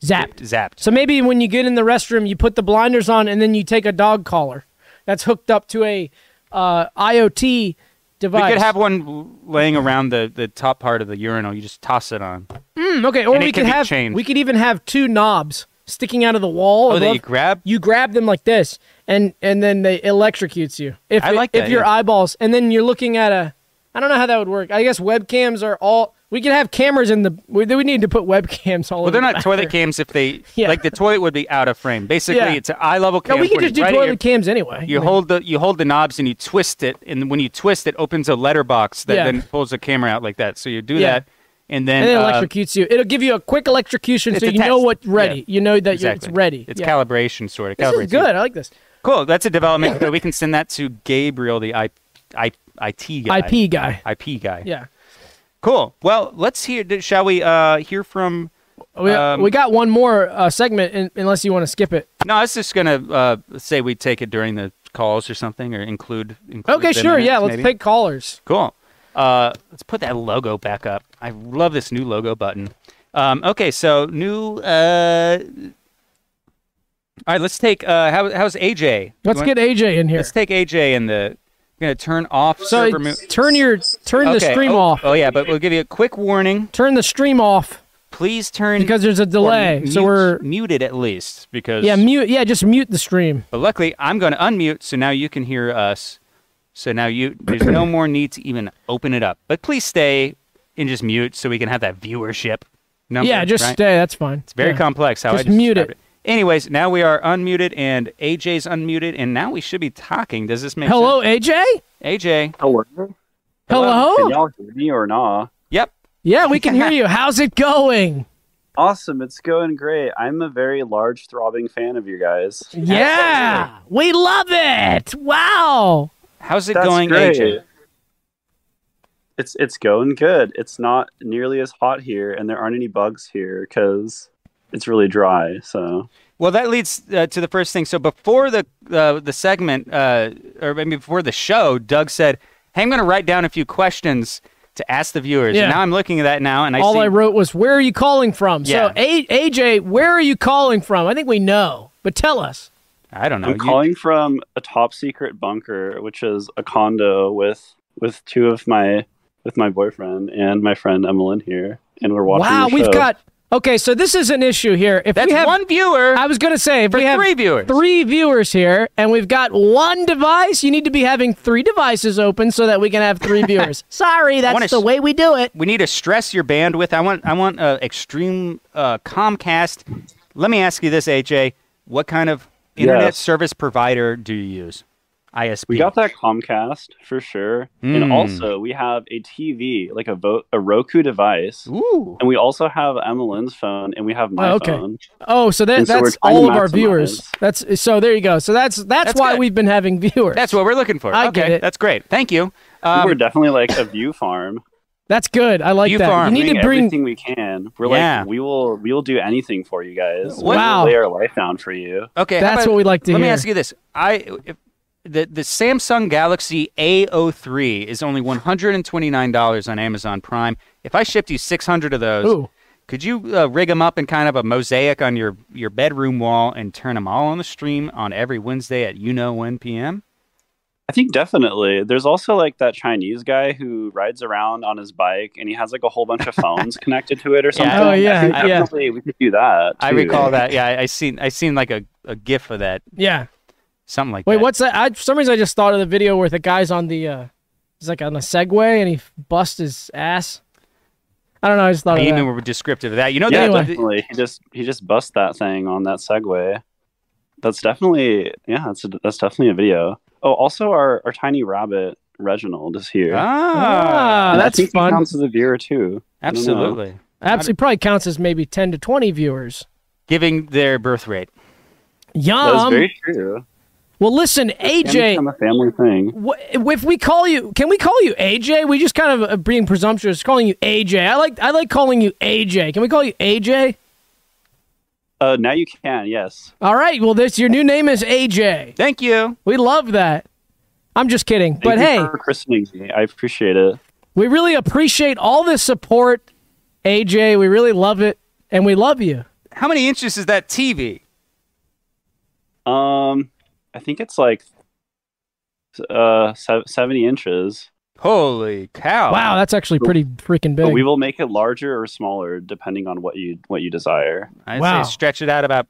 S1: Zapped.
S2: zapped.
S1: So maybe when you get in the restroom, you put the blinders on, and then you take a dog collar that's hooked up to a uh, IoT
S2: We
S1: device.
S2: could have one l- laying around the, the top part of the urinal. You just toss it on.
S1: Hmm, okay, or
S2: and it
S1: we
S2: can
S1: could
S2: be
S1: have
S2: changed.
S1: we could even have two knobs sticking out of the wall.
S2: Oh, that
S1: above-
S2: you grab.
S1: you grab them like this, and and then they electrocutes you. If
S2: I
S1: it-
S2: like
S1: if
S2: that,
S1: your
S2: yeah.
S1: eyeballs, and then you're looking at a. I don't know how that would work. I guess webcams are all. We could have cameras in the. We, we need to put webcams all.
S2: Well,
S1: over
S2: they're
S1: the
S2: not toilet
S1: bathroom.
S2: cams if they
S1: Yeah.
S2: like the toilet would be out of frame. Basically,
S1: Yeah.
S2: it's an eye level cam.
S1: No, we could
S2: where
S1: just do
S2: you're right at
S1: toilet
S2: your-
S1: cams anyway.
S2: You
S1: I mean,
S2: hold the you hold the knobs and you twist it, and when you twist, it opens a letterbox that
S1: Yeah.
S2: then pulls the camera out like that. So you do
S1: Yeah.
S2: that, and then,
S1: And it
S2: uh,
S1: electrocutes you. It'll give you a quick electrocution,
S2: it's
S1: so
S2: a
S1: you know
S2: test.
S1: what's ready.
S2: Yeah.
S1: You know that you're,
S2: exactly.
S1: it's ready.
S2: It's
S1: Yeah.
S2: calibration sort of.
S1: This
S2: calibrates
S1: is
S2: you.
S1: good. I like this.
S2: Cool. That's a development. we can send that to Gabriel, the I, I, IT guy.
S1: IP guy.
S2: IP guy.
S1: Yeah.
S2: Cool. Well, let's hear. Shall we uh, hear from?
S1: We,
S2: Um,
S1: we got one more uh, segment, in, unless you want to skip it.
S2: No, I was just gonna uh, say we take it during the calls or something, or include. include
S1: Okay,
S2: them
S1: sure.
S2: in it,
S1: Yeah, let's
S2: maybe.
S1: take callers.
S2: Cool. Uh, let's put that logo back up. I love this new logo button. Um, okay, so new. Uh, all right, let's take. Uh, how, how's AJ?
S1: Let's
S2: You want-
S1: get AJ in here.
S2: Let's take AJ and the. I'm gonna turn off
S1: So
S2: server. mo-
S1: turn your turn the
S2: Okay,
S1: stream
S2: oh,
S1: off.
S2: Oh yeah, but we'll give you a quick warning.
S1: Turn the stream off
S2: Please turn
S1: because there's a
S2: or
S1: delay.
S2: mute-
S1: So we're
S2: muted at least because
S1: yeah mute yeah just mute the stream.
S2: But luckily, I'm going to unmute, so now you can hear us. So now you, there's no more need to even open it up. But please stay and just mute, so we can have that viewership. Number,
S1: yeah, just
S2: right?
S1: stay. That's fine.
S2: It's very
S1: yeah.
S2: complex how I
S1: Just
S2: just
S1: mute
S2: described
S1: it.
S2: Anyways, now we are unmuted and AJ's unmuted, and now we should be talking. Does this make
S1: Hello, AJ.
S2: sense? AJ.
S6: Hello.
S1: Hello?
S6: Can y'all hear me or nah?
S2: Yep.
S1: Yeah, we can hear you. How's it going?
S6: Awesome. It's going great. I'm a very large, throbbing fan of you guys.
S1: Yeah, we love it. Wow.
S2: How's it
S6: That's
S2: going,
S6: great.
S2: AJ?
S6: It's it's going good. It's not nearly as hot here, and there aren't any bugs here because it's really dry. So
S2: Well, that leads uh, to the first thing. So before the uh, the segment, uh, or maybe before the show, Doug said, "Hey, I'm going to write down a few questions to ask the viewers."
S1: Yeah.
S2: And now I'm looking at that now, and I
S1: All
S2: see
S1: I wrote was, "Where are you calling from?"
S2: Yeah.
S1: So a- AJ, where are you calling from? I think we know, but tell us.
S2: I don't know.
S6: I'm
S2: you-
S6: calling from a top secret bunker, which is a condo with with two of my with my boyfriend and my friend Emmeline here, and we're watching.
S1: wow,
S6: the
S1: we've
S6: show.
S1: got okay. So this is an issue here. If
S2: that's
S1: we have,
S2: one viewer
S1: I was gonna say if
S2: for
S1: we have
S2: three viewers.
S1: three viewers here and we've got one device you need to be having three devices open so that we can have three viewers sorry
S2: One
S1: that's
S2: is-
S1: the way we do it
S2: We need to stress your bandwidth. I want I want uh, extreme uh, Comcast. Let me ask you this, AJ: What kind of internet
S6: Yes.
S2: service provider do you use? ISP.
S6: We got that Comcast for sure,
S2: Mm.
S1: Hmm.
S6: and also we have a TV, like a vo- a Roku device,
S2: Ooh.
S6: and we also have Emmeline's phone, and we have my
S1: Oh, okay.
S6: phone.
S1: oh so, that,
S6: And so we're
S1: that's
S6: trying to
S1: all of our
S6: maximize.
S1: viewers that's so there you go so that's that's,
S2: That's
S1: why
S2: good.
S1: we've been having viewers
S2: That's what we're looking for.
S1: I
S2: okay,
S1: get it.
S2: that's great. Thank you.
S6: we're
S2: Um,
S6: definitely like a view farm.
S1: that's good i like
S2: You
S1: that
S2: farm.
S1: you need to
S6: doing
S1: bring
S6: everything we can. We're
S2: Yeah.
S6: like we will we will do anything for you guys.
S2: What-
S1: Wow.
S6: We'll lay our life down for you.
S2: okay, how
S1: that's
S2: about-
S1: what we like to
S2: Let
S1: hear
S2: me ask you this: I if, the the Samsung Galaxy A03 is only one hundred and twenty nine dollars on Amazon Prime. If I shipped you six hundred of those,
S1: Ooh.
S2: could you uh, rig them up in kind of a mosaic on your your bedroom wall and turn them all on the stream on every Wednesday at you know when p.m.
S6: I think definitely. There's also like that Chinese guy who rides around on his bike and he has like a whole bunch of phones connected to it or something.
S1: Oh, yeah,
S6: I think
S1: yeah.
S6: definitely we could do that.
S2: I
S6: too.
S2: recall that. Yeah, I, I seen I seen like a, a gif of that,
S1: yeah
S2: something like
S1: wait
S2: that.
S1: what's that I, for some reason i just thought of the video where the guy's on the uh he's like on a segway and he busts his ass i don't know i just thought
S2: I
S1: of that
S2: even were descriptive of that.
S1: Oh,
S2: You know,
S6: Yeah,
S1: Anyway.
S2: that-
S6: definitely. He just he just bust that thing on that Segway. That's definitely yeah. That's a, that's definitely a video. Oh, also our our tiny rabbit Reginald is here.
S2: ah,
S1: Ah,
S6: And I
S1: that's
S6: think he
S1: fun.
S6: counts as a viewer too. I don't know.
S2: absolutely.
S1: absolutely probably counts as maybe 10 to 20 viewers
S2: Giving their birth rate.
S1: yum
S6: That is very true.
S1: Well, listen, AJ.
S6: I'm a family thing.
S1: Wh- if we call you, can we call you AJ? We just kind of uh, being presumptuous, calling you AJ. I like I like calling you AJ. Can we call you AJ?
S6: Uh, now you can. Yes.
S1: All right. Well, this your new name is AJ.
S2: Thank you.
S1: We love that. I'm just kidding,
S6: Thank
S1: but
S6: you
S1: hey,
S6: for christening me. I appreciate it.
S1: we really appreciate all this support, AJ. We really love it, and we love you.
S2: How many inches is that TV?
S6: Um, I think it's like uh se- seventy inches.
S2: Holy cow!
S1: Wow, that's actually pretty freaking
S6: But Oh. we
S1: big.
S6: will make it larger or smaller depending on what you what you desire.
S2: I
S1: Wow.
S2: say stretch it out about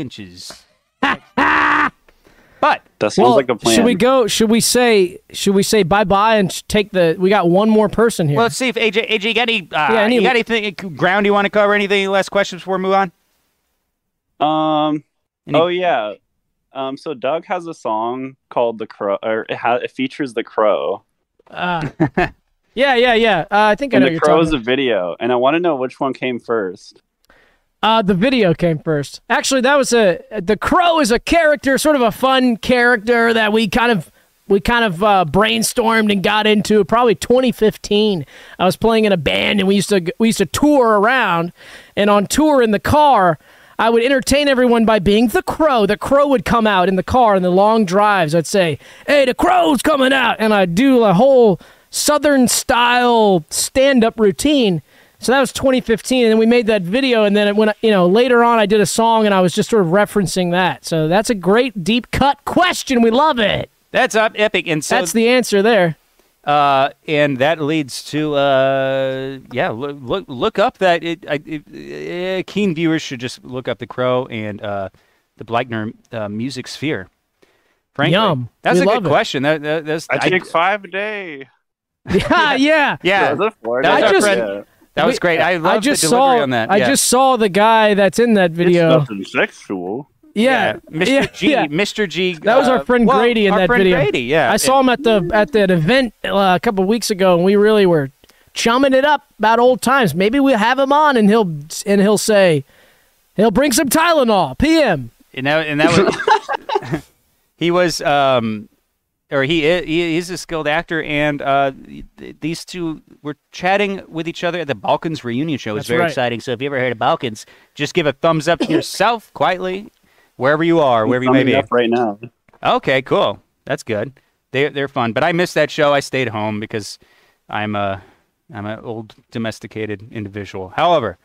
S2: inches. but
S6: That sounds
S1: Well,
S6: like a plan.
S1: should we go? Should we say? Should we say bye bye and sh- take the? We got one more person here.
S2: well, let's see if AJ AJ you got any uh,
S1: Yeah, any-
S2: you got anything ground you want to cover? Anything? Any last questions before we move on?
S6: Um.
S2: Any-
S6: Oh yeah. Um. So Doug has a song called "The Crow," or it, ha- it features the crow,
S1: Uh, yeah, yeah, yeah. Uh, I think I
S6: and
S1: know what
S6: the
S1: you're
S6: crow
S1: talking.
S6: is a video. And I want to know which one came first.
S1: Uh, the video came first. Actually, that was a the crow is a character, sort of a fun character that we kind of we kind of uh, brainstormed and got into probably 2015. I was playing in a band and we used to we used to tour around, and on tour in the car. I would entertain everyone by being the crow. The crow would come out in the car in the long drives. I'd say, "Hey, the crow's coming out," and I'd do a whole southern style stand-up routine. So that was 2015, and then we made that video, and then it went, you know, later on I did a song, and I was just sort of referencing that. So that's a great deep cut question. We love it.
S2: That's up epic, and so
S1: that's the answer there.
S2: uh, and that leads to uh, yeah, look look, look up that it, I, it, uh, keen viewers should just look up the crow and uh, the Blackner uh, music sphere. Frankly,
S1: Yum.
S2: that's
S1: We
S2: a
S1: love
S2: good
S1: it.
S2: question. That, that, that's
S6: I take five a day.
S1: Yeah, yeah.
S2: yeah,
S6: That's Florida.
S2: That's
S1: I
S2: our
S1: just-
S2: friend. that was
S1: We-
S2: great. I love
S1: I just
S2: the delivery
S1: saw.
S2: on that.
S1: I
S2: yeah.
S1: just saw the guy that's in that
S6: It's
S1: video.
S6: nothing sexual.
S1: Yeah,
S2: Mr.
S1: yeah,
S2: G,
S1: yeah.
S2: Mr. G.
S1: That was our
S2: uh,
S1: friend
S2: well,
S1: Grady in
S2: our
S1: that
S2: friend
S1: video.
S2: Grady, yeah.
S1: I saw him at the at that event uh, a couple weeks ago, and we really were chumming it up about old times. Maybe we'll have him on, and he'll and he'll say he'll bring some Tylenol. PM.
S2: and that, and that was he was um or he is, he is a skilled actor and uh th- these two were chatting with each other at the Balkans reunion show. It was
S1: That's
S2: very
S1: right.
S2: exciting. So if you ever heard of Balkans, just give a thumbs up to yourself quietly wherever you are, wherever you may
S6: Thumbing
S2: be.
S6: up right now.
S2: Okay, cool. That's good. They they're fun, but I missed that show. I stayed home because I'm a I'm an old domesticated individual. However,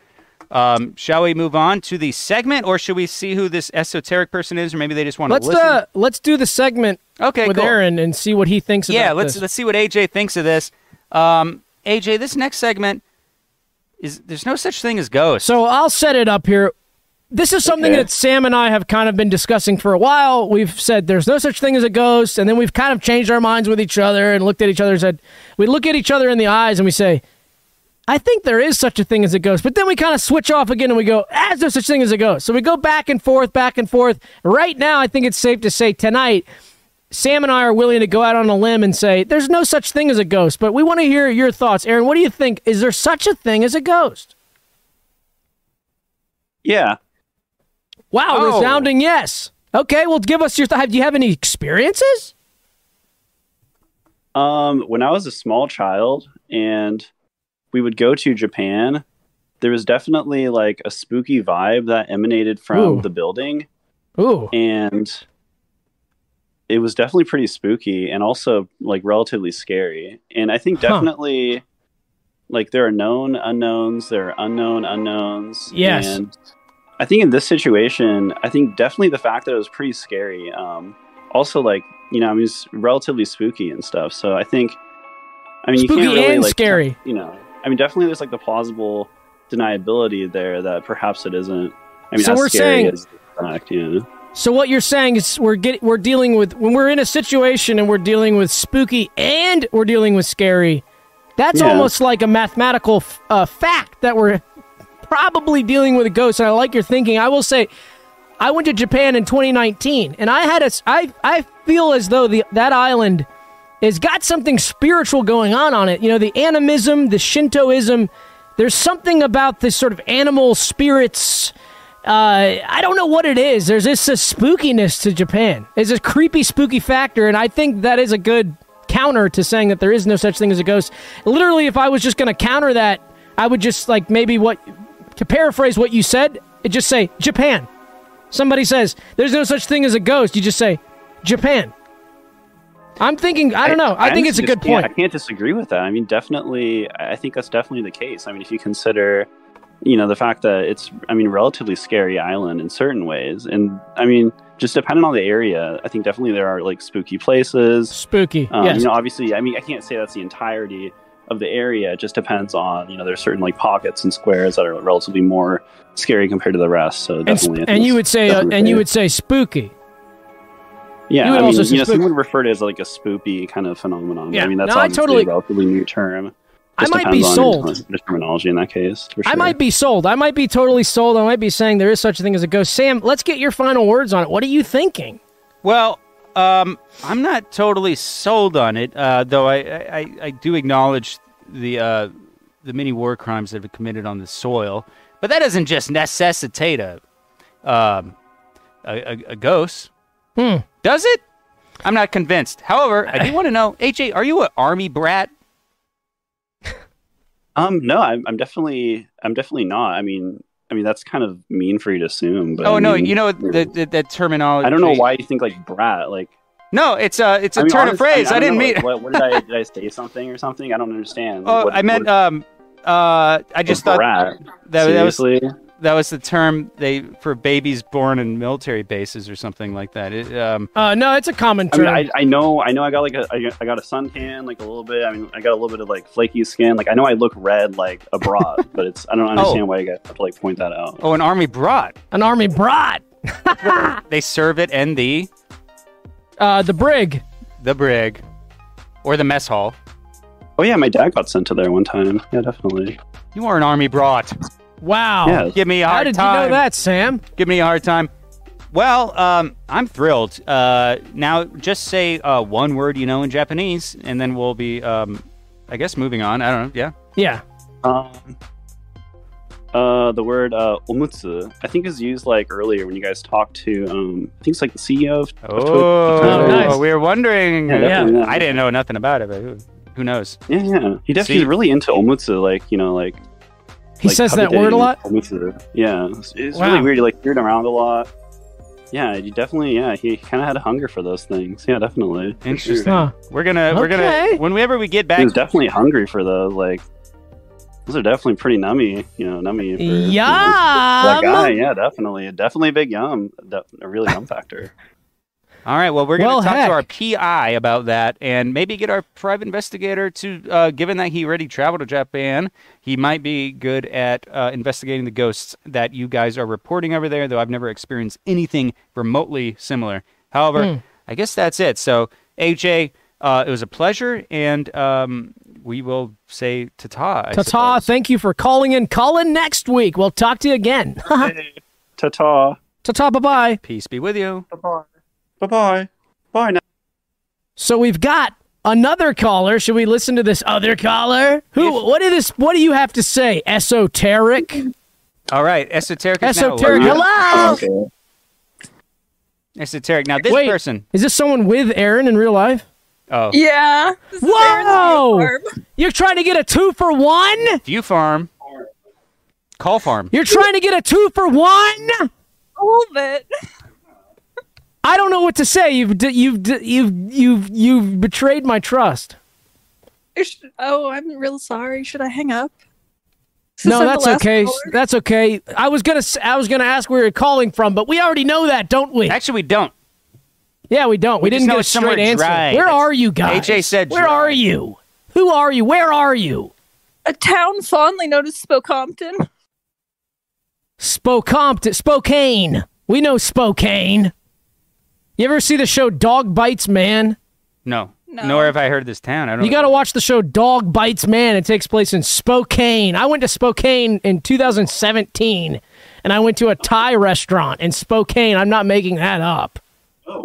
S2: um, shall we move on to the segment, or should we see who this esoteric person is, or maybe they just want to
S1: Let's
S2: listen?
S1: uh, let's do the segment
S2: okay,
S1: with
S2: cool.
S1: Aaron and see what he thinks.
S2: Yeah,
S1: about
S2: let's
S1: this.
S2: let's see what AJ thinks of this. Um, AJ, this next segment is there's no such thing as ghosts.
S1: So I'll set it up here. This is something
S6: Okay.
S1: that Sam and I have kind of been discussing for a while. We've said there's no such thing as a ghost, and then we've kind of changed our minds with each other and looked at each other and said, we look at each other in the eyes and we say, I think there is such a thing as a ghost. But then we kind of switch off again and we go, ah, there's no such thing as a ghost. So we go back and forth, back and forth. Right now, I think it's safe to say tonight, Sam and I are willing to go out on a limb and say, there's no such thing as a ghost. But we want to hear your thoughts. Aaron, what do you think? Is there such a thing as a ghost?
S6: Yeah.
S1: Wow,
S2: Oh.
S1: resounding yes. Okay, well, give us your. Th- do you have any experiences?
S6: Um, when I was a small child and we would go to Japan, there was definitely like a spooky vibe that emanated from
S1: Ooh.
S6: the building,
S1: Ooh,
S6: and it was definitely pretty spooky and also like relatively scary. And I think
S1: Huh.
S6: definitely like there are known unknowns, there are unknown unknowns.
S1: Yes.
S6: And I think in this situation, I think definitely the fact that it was pretty scary. Um, also, like you know, I mean, it's relatively spooky and stuff. So I think, I mean,
S1: spooky
S6: you can't really
S1: and
S6: like
S1: scary.
S6: you know, I mean, definitely there's like the plausible deniability there that perhaps it isn't. I mean,
S1: So
S6: as
S1: we're
S6: scary
S1: saying-
S6: as the fact, you know.
S1: So what you're saying is we're get, we're dealing with when we're in a situation and we're dealing with spooky and we're dealing with scary. That's
S6: Yeah.
S1: almost like a mathematical f- uh, fact that we're probably dealing with a ghost. And I like your thinking. I will say, I went to Japan in 2019, and I had a s- I I feel as though the that island has got something spiritual going on on it. You know, the animism, the Shintoism. There's something about this sort of animal spirits uh, I don't know what it is. There's this, this spookiness to Japan. It's a creepy, spooky factor, and I think that is a good counter to saying that there is no such thing as a ghost. Literally, if I was just going to counter that, I would just like maybe what to paraphrase what you said, it just say Japan. Somebody says there's no such thing as a ghost. You just say Japan. I'm thinking. I don't know. I, think it's a
S6: honestly
S1: good
S6: just can't-
S1: point.
S6: I can't disagree with that. I mean, definitely, I I think that's definitely the case. I mean, if you consider, you know, the fact that it's, I mean, relatively scary island in certain ways, and I mean, just depending on the area, I think definitely there are like spooky places.
S1: Spooky.
S6: Um,
S1: yes.
S6: You know, obviously, I mean, I can't say that's the entirety of the area. It just depends on, you know, there's certain like pockets and squares that are relatively more scary compared to the rest. So
S1: and, sp-
S6: definitely, I think
S1: and you
S6: it's
S1: would say, uh,
S6: definitely
S1: and you
S6: fair.
S1: would say spooky.
S6: Yeah,
S1: You would
S6: I
S1: also
S6: mean,
S1: say
S6: you know,
S1: spook-
S6: some would refer to it as like a spoopy kind of phenomenon.
S1: Yeah.
S6: I mean, that's
S1: No, I
S6: obviously
S1: totally-
S6: a relatively new term.
S1: I
S6: Just
S1: might
S6: depends
S1: be
S6: on
S1: sold.
S6: The terminology in that case, for sure.
S1: I might be sold. I might be totally sold. I might be saying there is such a thing as a ghost. Sam, let's get your final words on it. What are you thinking?
S2: Well, um, I'm not totally sold on it, uh, though. I, I, I- I do acknowledge the uh, the many war crimes that have been committed on the soil, but that doesn't just necessitate a um, a, a, a ghost, does it? I'm not convinced. However, I do want to know, AJ, are you an army brat?
S6: Um, no, I'm, I'm definitely, I'm definitely not. I mean, I mean, that's kind of mean for you to assume. But
S2: oh
S6: I
S2: no,
S6: mean,
S2: you know the, the, that terminology.
S6: I don't know why you think like brat. Like
S2: No, it's a it's a
S6: I mean,
S2: turn of
S6: honest-
S2: phrase. I, didn't
S6: don't know,
S2: mean.
S6: like, what, what did I did I say something or something? I don't understand.
S2: oh,
S6: What-
S2: I meant
S6: what-
S2: um uh. I just
S6: a
S2: thought
S6: brat.
S2: that, that was
S6: Seriously,
S2: that was the term they for babies born in military bases or something like that. It, um,
S1: Uh, no, it's a common
S6: I
S1: term.
S6: mean, I, I know, I know, I got like a, I got- I got a suntan, like a little bit. I mean, I got a little bit of like flaky skin. Like I know I look red, like abroad, but it's I don't understand why you guys have to like point that out.
S2: oh, an army brat.
S1: An army brat.
S2: They serve it in the
S1: Uh, the brig.
S2: the brig or the mess hall.
S6: Oh yeah, my dad got sent to there one time. Yeah, definitely.
S2: You are an army brat.
S1: Wow.
S6: Yeah.
S2: Give me a
S1: How
S2: hard
S1: did
S2: time.
S1: you know that, Sam?
S2: Give me a hard time. Well, um, I'm thrilled. Uh, now, just say uh, one word you know in Japanese, and then we'll be, um, I guess, moving on. I don't know. Yeah.
S1: Yeah.
S6: Um, uh, the word uh, omutsu, I think, is used like earlier when you guys talked to, um, I think it's like the CEO of. of Toy-
S2: Oh,
S1: Oh, nice.
S2: we were wondering.
S6: Yeah, definitely not.
S2: I didn't know nothing about it, but who, who knows?
S6: yeah, yeah.
S2: See?
S6: He definitely he's really into omutsu, like you know, like.
S1: He
S6: like,
S1: says that
S6: coveted
S1: word a
S6: in
S1: lot.
S6: Omutsu. Yeah, it's, it's
S1: Wow.
S6: really weird. You like hear it around a lot. Yeah, you definitely. Yeah, he kind of had a hunger for those things. Yeah, definitely.
S2: Interesting.
S1: Huh.
S2: We're gonna we're
S1: Okay.
S2: gonna whenever we get
S6: He
S2: back.
S6: was definitely hungry for those. Like, those are definitely pretty nummy. You know, nummy. For, you know,
S1: Yum.
S6: that guy. Yeah, definitely. Definitely a big yum. De- a really yum factor.
S2: All right. Well, we're gonna
S1: Well,
S2: talk
S1: heck.
S2: to our PI about that, and maybe get our private investigator to. Uh, given that he already traveled to Japan, he might be good at uh, investigating the ghosts that you guys are reporting over there. Though I've never experienced anything remotely similar. However,
S1: Hmm.
S2: I guess that's it. So AJ, uh, it was a pleasure, and um, we will say ta-ta. I
S1: Tata,
S2: suppose.
S1: thank you for calling in. Call in next week. We'll talk to you again.
S6: Ta ta.
S1: Tata, bye bye.
S2: Peace be with you.
S6: Bye bye. Bye now.
S1: So we've got another caller. Should we listen to this other caller? Who? what do this? What do you have to say? Esoteric.
S2: All right, esoteric. is now
S1: Esoteric.
S2: live.
S1: Hello.
S6: Okay.
S2: Esoteric. Now this
S1: Wait.
S2: person.
S1: Is this someone with Aaron in real life?
S2: Oh,
S7: Yeah. This is Aaron's
S1: Whoa!
S7: farm.
S1: You're trying to get a two for one.
S2: View Farm. Call Farm.
S1: You're trying to get a two for one.
S7: A little bit.
S1: I don't know what to say. You've d- you've d- you've you've you've betrayed my trust.
S7: Should- Oh, I'm real sorry. Should I hang up? Since
S1: no,
S7: I'm the
S1: that's
S7: last
S1: okay.
S7: caller?
S1: That's okay. I was gonna s- I was gonna ask where you're calling from, but we already know that, don't we?
S2: Actually, we don't.
S1: yeah, we don't. We,
S2: just
S1: didn't
S2: know
S1: get a
S2: it's somewhere
S1: straight answer.
S2: dry.
S1: Where
S2: That's-
S1: are you guys?
S2: AJ said
S1: Where
S2: dry.
S1: are you? Who are you? Where are you?
S7: a town fondly known as Spokompton.
S1: Spokompton, Spokane. We know Spokane. You ever see the show Dog Bites Man?
S2: No.
S7: No.
S2: Nor have I heard of this town. I don't.
S1: You got to watch the show Dog Bites Man. It takes place in Spokane. I went to Spokane in 2017 and I went to a Thai restaurant in Spokane. I'm not making that up.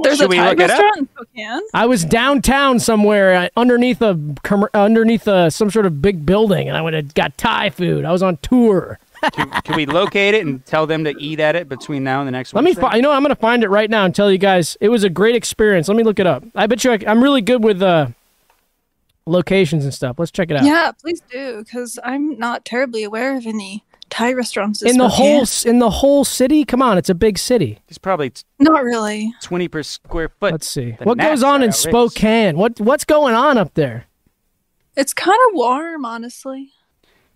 S7: There's a
S2: should we
S7: Thai
S2: look it up?
S7: restaurant in Spokane.
S1: I was downtown somewhere uh, underneath uh, a commer- underneath a, some sort of big building and I went and got Thai food. I was on tour.
S2: can, can we locate it and tell them to eat at it between now and the next
S1: Let me.
S2: Wednesday?
S1: Fi- you know, I'm gonna find it right now and tell you guys. It was a great experience. Let me look it up. I bet you I, am really good with uh, locations and stuff. Let's check it out.
S7: Yeah, please do, because I'm not terribly aware of any Thai restaurants
S1: in the
S7: Spokane.
S1: whole s- in the whole city. Come on, it's a big city.
S2: It's probably
S7: Not really.
S2: twenty per square foot.
S1: Let's see
S2: The
S1: what goes
S2: gnats
S1: on
S2: are
S1: in
S2: outrageous.
S1: Spokane. What what's going on up there?
S7: It's kind of warm, honestly.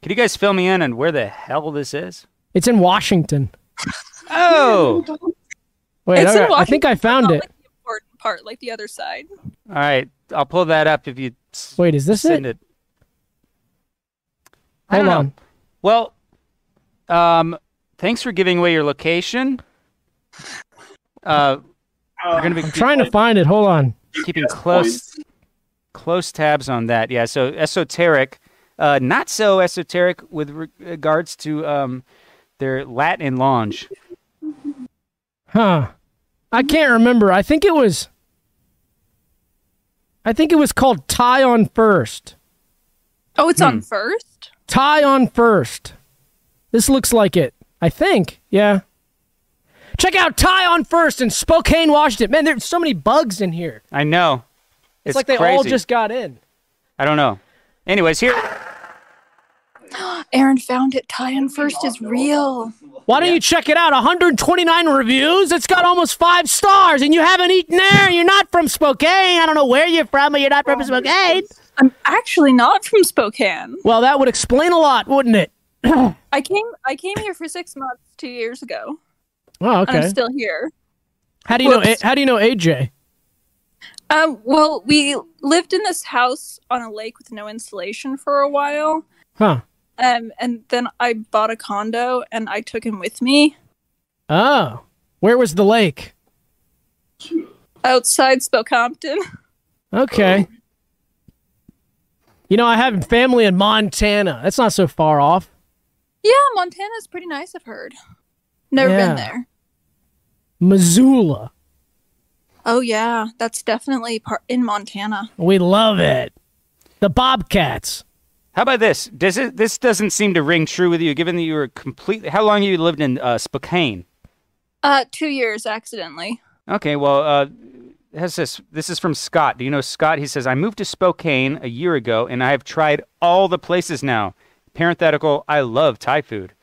S2: Can you guys fill me in on where the hell this is?
S1: It's in Washington.
S2: Oh, all
S1: Wait,
S7: It's in
S1: alright, I think I found
S7: Not
S1: it.
S7: like the important part, like the other side.
S2: right. I'll pull that up if you s-
S1: Wait, is this
S2: send
S1: it?
S2: it. I
S1: Hold
S2: don't know.
S1: on.
S2: Well, um, thanks for giving away your location. Uh, we're gonna be
S1: I'm trying to find it. Hold on.
S2: keeping close close tabs on that. Yeah, so esoteric, uh, not so esoteric with re- regards to um, their Latin lounge.
S1: Huh. I can't remember. I think it was I think it was called Tie on First.
S7: Oh, it's
S1: Hmm.
S7: on first.
S1: Tie on First. This looks like it. I think. Yeah. Check out Tie on First in Spokane, Washington. Man, there's so many bugs in here.
S2: I know.
S1: It's, like they all
S2: crazy.
S1: just got in.
S2: I don't know. Anyways, here.
S7: Aaron found it. Thai on first is real.
S1: Why don't you check it out? 129 reviews. It's got almost five stars, and you haven't eaten there. You're not from Spokane. I don't know where you're from, but you're not from Spokane.
S7: I'm actually not from Spokane.
S1: Well, that would explain a lot, wouldn't it?
S7: I came. I came here for six months two years ago,
S1: Oh,
S7: and
S1: okay.
S7: I'm still here.
S1: How do you know?
S7: Whoops.
S1: How do you know AJ?
S7: Um, well, we lived in this house on a lake with no insulation for a while,
S1: Huh?
S7: um, and then I bought a condo and I took him with me
S1: Oh, where was the lake?
S7: outside Spokampton.
S2: Um,
S1: Okay. You know, I have family in Montana. That's not so far off.
S7: yeah, Montana's pretty nice. I've heard. Never
S1: Yeah.
S7: been there.
S1: Missoula.
S7: Oh yeah, that's definitely part in Montana.
S1: We love it. The Bobcats.
S2: How about this? Does it, this doesn't seem to ring true with you, given that you were completely. How long you lived in uh, Spokane?
S7: Uh, two years accidentally.
S2: Okay, well, uh, how's this? This is from Scott. Do you know Scott? He says, I moved to Spokane a year ago and I have tried all the places now. Parenthetical, I love Thai food.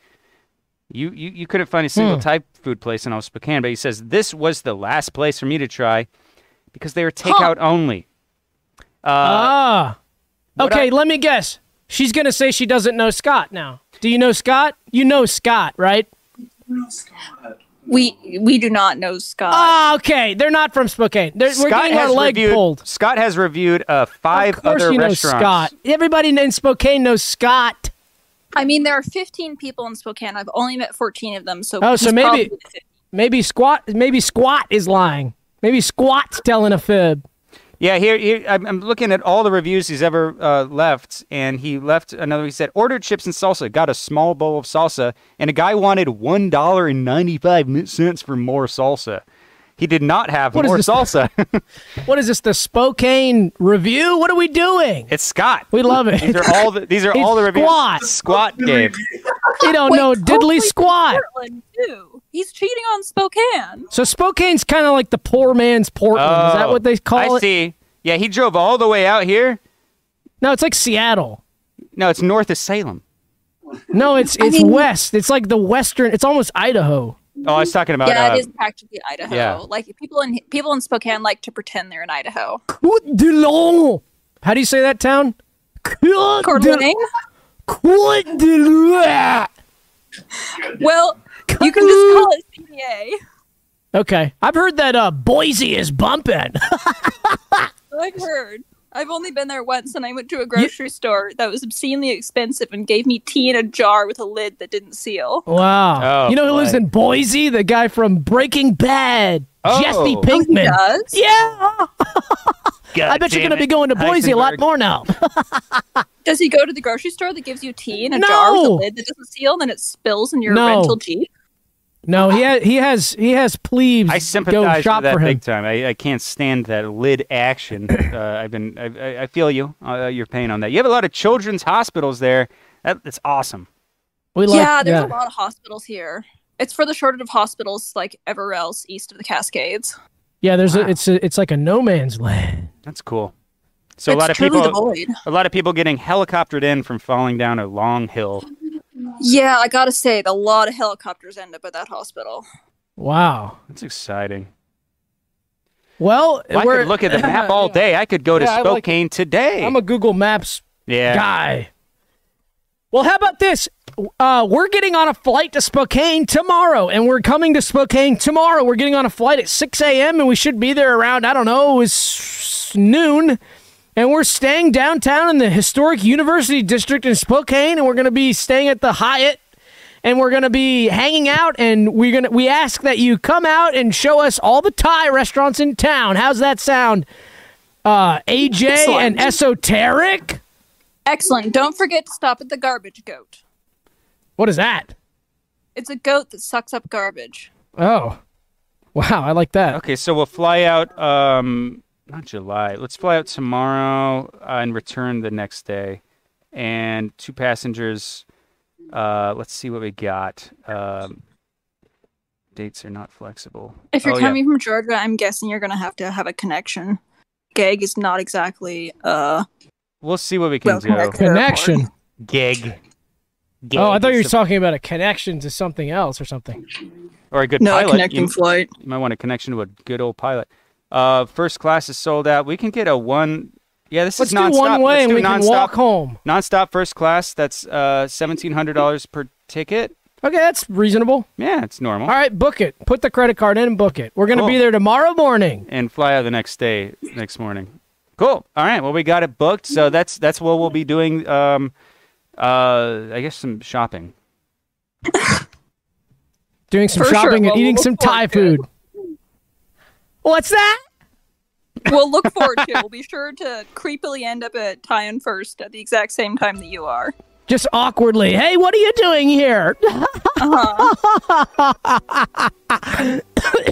S2: You, you, you couldn't find a
S1: Hmm.
S2: single Thai food place in all of Spokane, but he says, This was the last place for me to try because they were takeout only. Uh,
S1: Ah.
S2: what
S1: Okay,
S2: I-
S1: let me guess. She's gonna say she doesn't know Scott now. Do you know Scott? You know Scott, right?
S7: We we do not know Scott.
S1: Ah, okay. They're not from Spokane. They're, we're
S2: Scott
S1: getting our
S2: has
S1: leg
S2: reviewed,
S1: pulled.
S2: Scott has reviewed uh, five
S1: of course,
S2: other
S1: you know
S2: restaurants.
S1: Scott. Everybody in Spokane knows Scott.
S7: I mean, there are 15 people in Spokane. I've only met 14 of them. So
S1: Oh, so
S7: he's
S1: maybe-
S7: probably the fifth.
S1: Maybe squat. Maybe squat is lying. Maybe squat's telling a fib.
S2: Yeah, here, here I'm, I'm looking at all the reviews he's ever uh, left, and he left another. He said, "Ordered chips and salsa, got a small bowl of salsa, and a guy wanted one dollar and ninety five cents for more salsa. He did not have
S1: What is
S2: more
S1: this?
S2: salsa.
S1: What is this? The Spokane review? What are we doing?
S2: it's Scott.
S1: We love it.
S2: These are all the these are
S1: It's
S2: all the reviews.
S1: squat.
S2: squat, Dave.
S1: They don't
S7: Wait,
S1: know Oh, diddly
S7: totally
S1: squat.
S7: Portland, too. He's cheating on Spokane.
S1: So Spokane's kind of like the poor man's Portland. is that
S2: Oh,
S1: what they call
S2: I
S1: it?
S2: see. Yeah, he drove all the way out here.
S1: No, it's like Seattle.
S2: No, it's north of Salem.
S1: No, it's it's west. It's like the western. It's almost Idaho.
S2: Oh, I was talking about.
S7: yeah,
S2: uh,
S7: it is practically Idaho.
S2: yeah.
S7: Like people in people in Spokane like to pretend they're in Idaho.
S1: Côte de Lion. How do you say that town? Côte
S7: Coeur d'Alene?
S1: Côte de Lion.
S7: Well, you can just call it CDA.
S1: Okay, I've heard that uh, Boise is bumping.
S7: I've heard. I've only been there once, and I went to a grocery store that was obscenely expensive and gave me tea in a jar with a lid that didn't seal.
S1: Wow.
S2: Oh,
S1: you know who
S2: boy.
S1: lives in Boise? The guy from Breaking Bad,
S2: Oh.
S1: Jesse
S2: Oh, he
S7: He
S1: Pinkman.
S7: does?
S1: yeah. I bet you're
S2: damn
S1: going to
S2: it,
S1: be going to Boise a lot
S2: Heisenberg.
S1: more now.
S7: Does he go to the grocery store that gives you tea in a jar with a
S1: No.
S7: lid that doesn't seal, and then it spills in your
S1: No.
S7: rental jeep?
S1: no, he has, he has he has plebes
S2: I
S1: go
S2: sympathize
S1: shop
S2: with that
S1: for him.
S2: big time. I, I can't stand that lid action. Uh, I've been. I, uh, I- I feel you. Uh, your pain on that. You have a lot of children's hospitals there. That, that's awesome.
S1: We like
S7: yeah, there's a lot of hospitals here. It's for the shortage of hospitals like ever else east of the Cascades.
S1: yeah. There's
S2: Wow.
S1: a, it's a, it's like a no man's land.
S2: That's cool. So
S7: it's
S2: a lot of
S7: truly
S2: people,
S7: the void.
S2: a lot of people getting helicoptered in from falling down a long hill.
S7: Yeah, I gotta say, a lot of helicopters end up at that hospital.
S1: Wow.
S2: That's exciting.
S1: Well,
S2: Well, I
S1: we're,
S2: could look at the map all day. I could go to
S1: Yeah, I like-
S2: Spokane today.
S1: I'm a Google Maps
S2: yeah.
S1: guy. Well, how about this? Uh, we're getting on a flight to Spokane tomorrow, and we're coming to Spokane tomorrow. We're getting on a flight at 6 a.m., and we should be there around, I don't know, it's noon. And we're staying downtown in the historic University District in Spokane, and we're going to be staying at the Hyatt, and we're going to be hanging out. And we're gonna we ask that you come out and show us all the Thai restaurants in town. How's that sound? Uh, AJ and
S7: Excellent.
S1: Esoteric.
S7: Excellent. Don't forget to stop at the garbage goat.
S1: What is that?
S7: It's a goat that sucks up garbage.
S1: Oh. Wow, I like that.
S2: Okay, so we'll fly out. Um, not July. Let's fly out tomorrow uh, and return the next day, and two passengers. Uh, let's see what we got. Um, dates are not flexible.
S7: If you're
S2: Oh, yeah.
S7: coming from Georgia, I'm guessing you're gonna have to have a connection. Gag is not exactly uh
S2: we'll see what we can
S7: well
S2: do.
S7: connected.
S1: Connection.
S2: Gig. Gig
S1: Oh, I thought you were
S2: is the-
S1: talking about a connection to something else or something.
S2: or a good
S7: No, a
S2: pilot.
S7: connecting
S2: You,
S7: flight.
S2: you might want a connection to a good old pilot. Uh, first class is sold out. We can get a one. Yeah, this
S1: Let's
S2: is nonstop.
S1: do one way
S2: Let's
S1: and
S2: do
S1: we can
S2: nonstop.
S1: walk home.
S2: Nonstop first class. That's uh, seventeen hundred dollars per ticket.
S1: Okay, that's reasonable.
S2: Yeah, it's normal.
S1: All right, book it. Put the credit card in and book it. We're going to
S2: Cool.
S1: be there tomorrow morning.
S2: and fly out the next day, next morning. Cool. All right. Well, we got it booked, so that's that's what we'll be doing. Um, uh, I guess some shopping.
S1: Doing some
S7: For sure.
S1: shopping
S2: Oh,
S7: Well,
S1: and eating
S7: we'll
S1: some
S7: look forward
S1: Thai
S7: to
S1: food. What's that?
S7: We'll look forward to it. We'll be sure to creepily end up at Tyon first at the exact same time that you are.
S1: Just awkwardly. Hey, what are you doing here?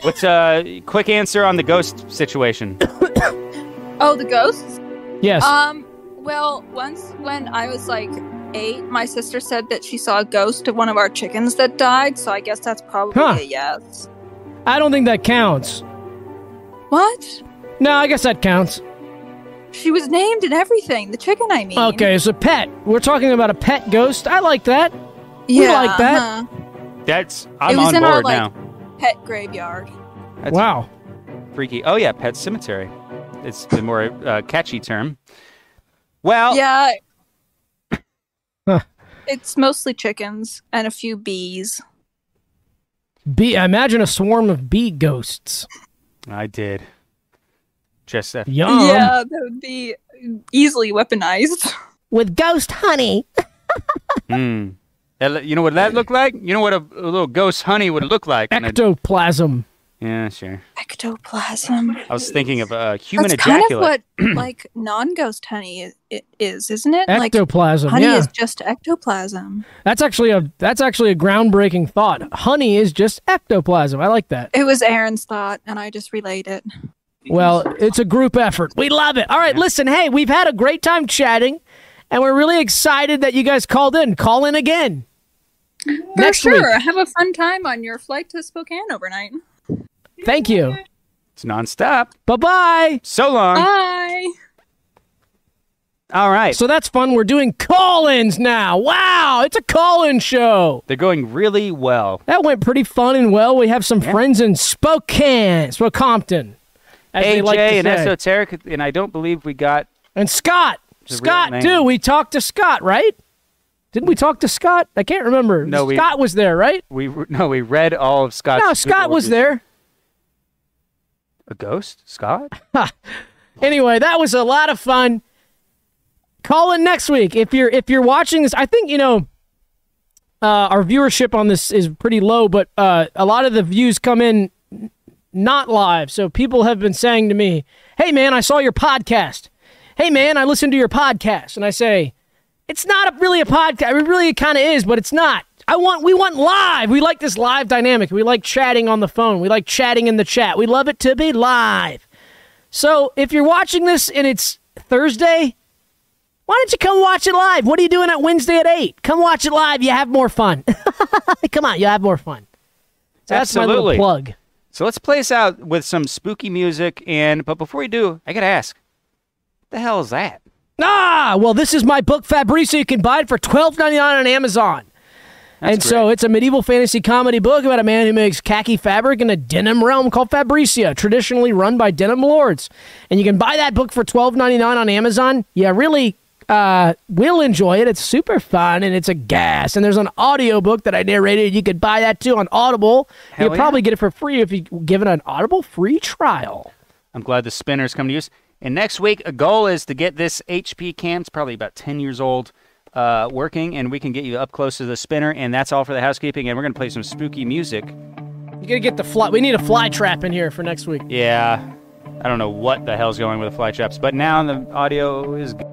S2: What's a quick answer on the ghost situation?
S7: Oh, the ghosts?
S1: yes.
S2: Uh,
S7: Um, well, once when I was like eight, my sister said that she saw a ghost of one of our chickens that died, so I guess that's probably
S1: Huh.
S7: a yes.
S1: I don't think that counts.
S7: What?
S1: No, I guess that counts.
S7: She was named and everything. The chicken, I mean.
S1: Okay, it's a pet. We're talking about a pet ghost. I like that.
S7: Yeah.
S1: like that.
S7: huh.
S2: That's I'm
S7: It was
S2: on
S7: in
S2: board
S7: our, like-
S2: now.
S7: Pet graveyard.
S2: That's
S1: wow.
S2: freaky. Oh yeah, pet cemetery. It's the more uh, catchy term. Well,
S7: Yeah.
S1: Oh. Huh.
S7: It's mostly chickens and a few bees.
S1: Bee, imagine a swarm of bee ghosts.
S2: I did. Just that.
S1: Yum.
S7: Yeah, that would be easily weaponized.
S1: With ghost honey.
S2: Mm. That lo- You know what that looked like? You know what a, a little ghost honey would look like? And I-
S1: Ectoplasm.
S2: yeah, sure.
S7: Ectoplasm.
S2: I was thinking of uh, human
S7: That's
S2: ejaculate.
S7: kind of what like non-ghost honey i- i- is, isn't it? like
S1: Ectoplasm.
S7: honey
S1: yeah.
S7: is just ectoplasm.
S1: that's actually a that's actually a groundbreaking thought. Honey is just ectoplasm. I like that.
S7: It was Aaron's thought, and I just relayed it.
S1: Well, it's a group effort. We love it. All right, listen, hey, we've had a great time chatting and we're really excited that you guys called in. Call in again.
S7: For
S1: Next
S7: sure. Have a fun time on your flight to Spokane overnight.
S1: week. Thank you.
S2: It's nonstop.
S1: Bye-bye.
S2: So long.
S1: Oh.
S7: Bye.
S2: All right.
S1: So that's fun. We're doing call-ins now. Wow, it's a call-in show.
S2: They're going really well.
S1: That went pretty fun and well. We have some friends in Spokane, Spokompton, as they
S2: AJ
S1: like to
S2: and
S1: say.
S2: Esoteric, and I don't believe we got.
S1: and Scott,
S2: The real
S1: Scott,
S2: name.
S1: too. We talked to Scott, right? Didn't we talk to Scott? I can't remember.
S2: No, we-
S1: Scott was there, right?
S2: We no, we read all of Scott's.
S1: no, Scott
S2: Google
S1: was
S2: reviews.
S1: there.
S2: A ghost, Scott.
S1: Anyway, that was a lot of fun. Call in next week if you're if you're watching this. I think you know uh, our viewership on this is pretty low, but uh, a lot of the views come in n- not live. So people have been saying to me, "Hey man, I saw your podcast. Hey man, I listened to your podcast." And I say, "It's not a, really a podcast. It really kind of is, but it's not." I want we want live. We like this live dynamic. We like chatting on the phone. We like chatting in the chat. We love it to be live. So if you're watching this and it's Thursday, Why don't you come watch it live? What are you doing at Wednesday at 8? Come watch it live. You have more fun. come on, you'll have more fun. So that's my little
S2: Absolutely.
S1: plug.
S2: So let's play this out with some spooky music. And but before we do, I gotta ask, what the hell is that?
S1: Ah, well, this is my book, Fabrizio. You can buy it for twelve ninety nine on Amazon.
S2: That's
S1: and so it's a medieval fantasy comedy book about a man who makes khaki fabric in a denim realm called Fabricia, traditionally run by denim lords. And you can buy that book for twelve ninety nine on Amazon. Yeah, really uh, will enjoy it. It's super fun and it's a gas. And there's an audiobook that I narrated. You could buy that too on Audible.
S2: Hell
S1: you could
S2: yeah.
S1: probably get it for free if you give it an Audible free trial.
S2: I'm glad the spinner's come to use. And next week, a goal is to get this HP cam. It's probably about 10 years old. Uh, working, and we can get you up close to the spinner, and that's all for the housekeeping. And we're gonna play some spooky music.
S1: You gotta get the fly. We need a fly trap in here for next week.
S2: Yeah, I don't know what the hell's going with the fly traps, but now the audio is. good.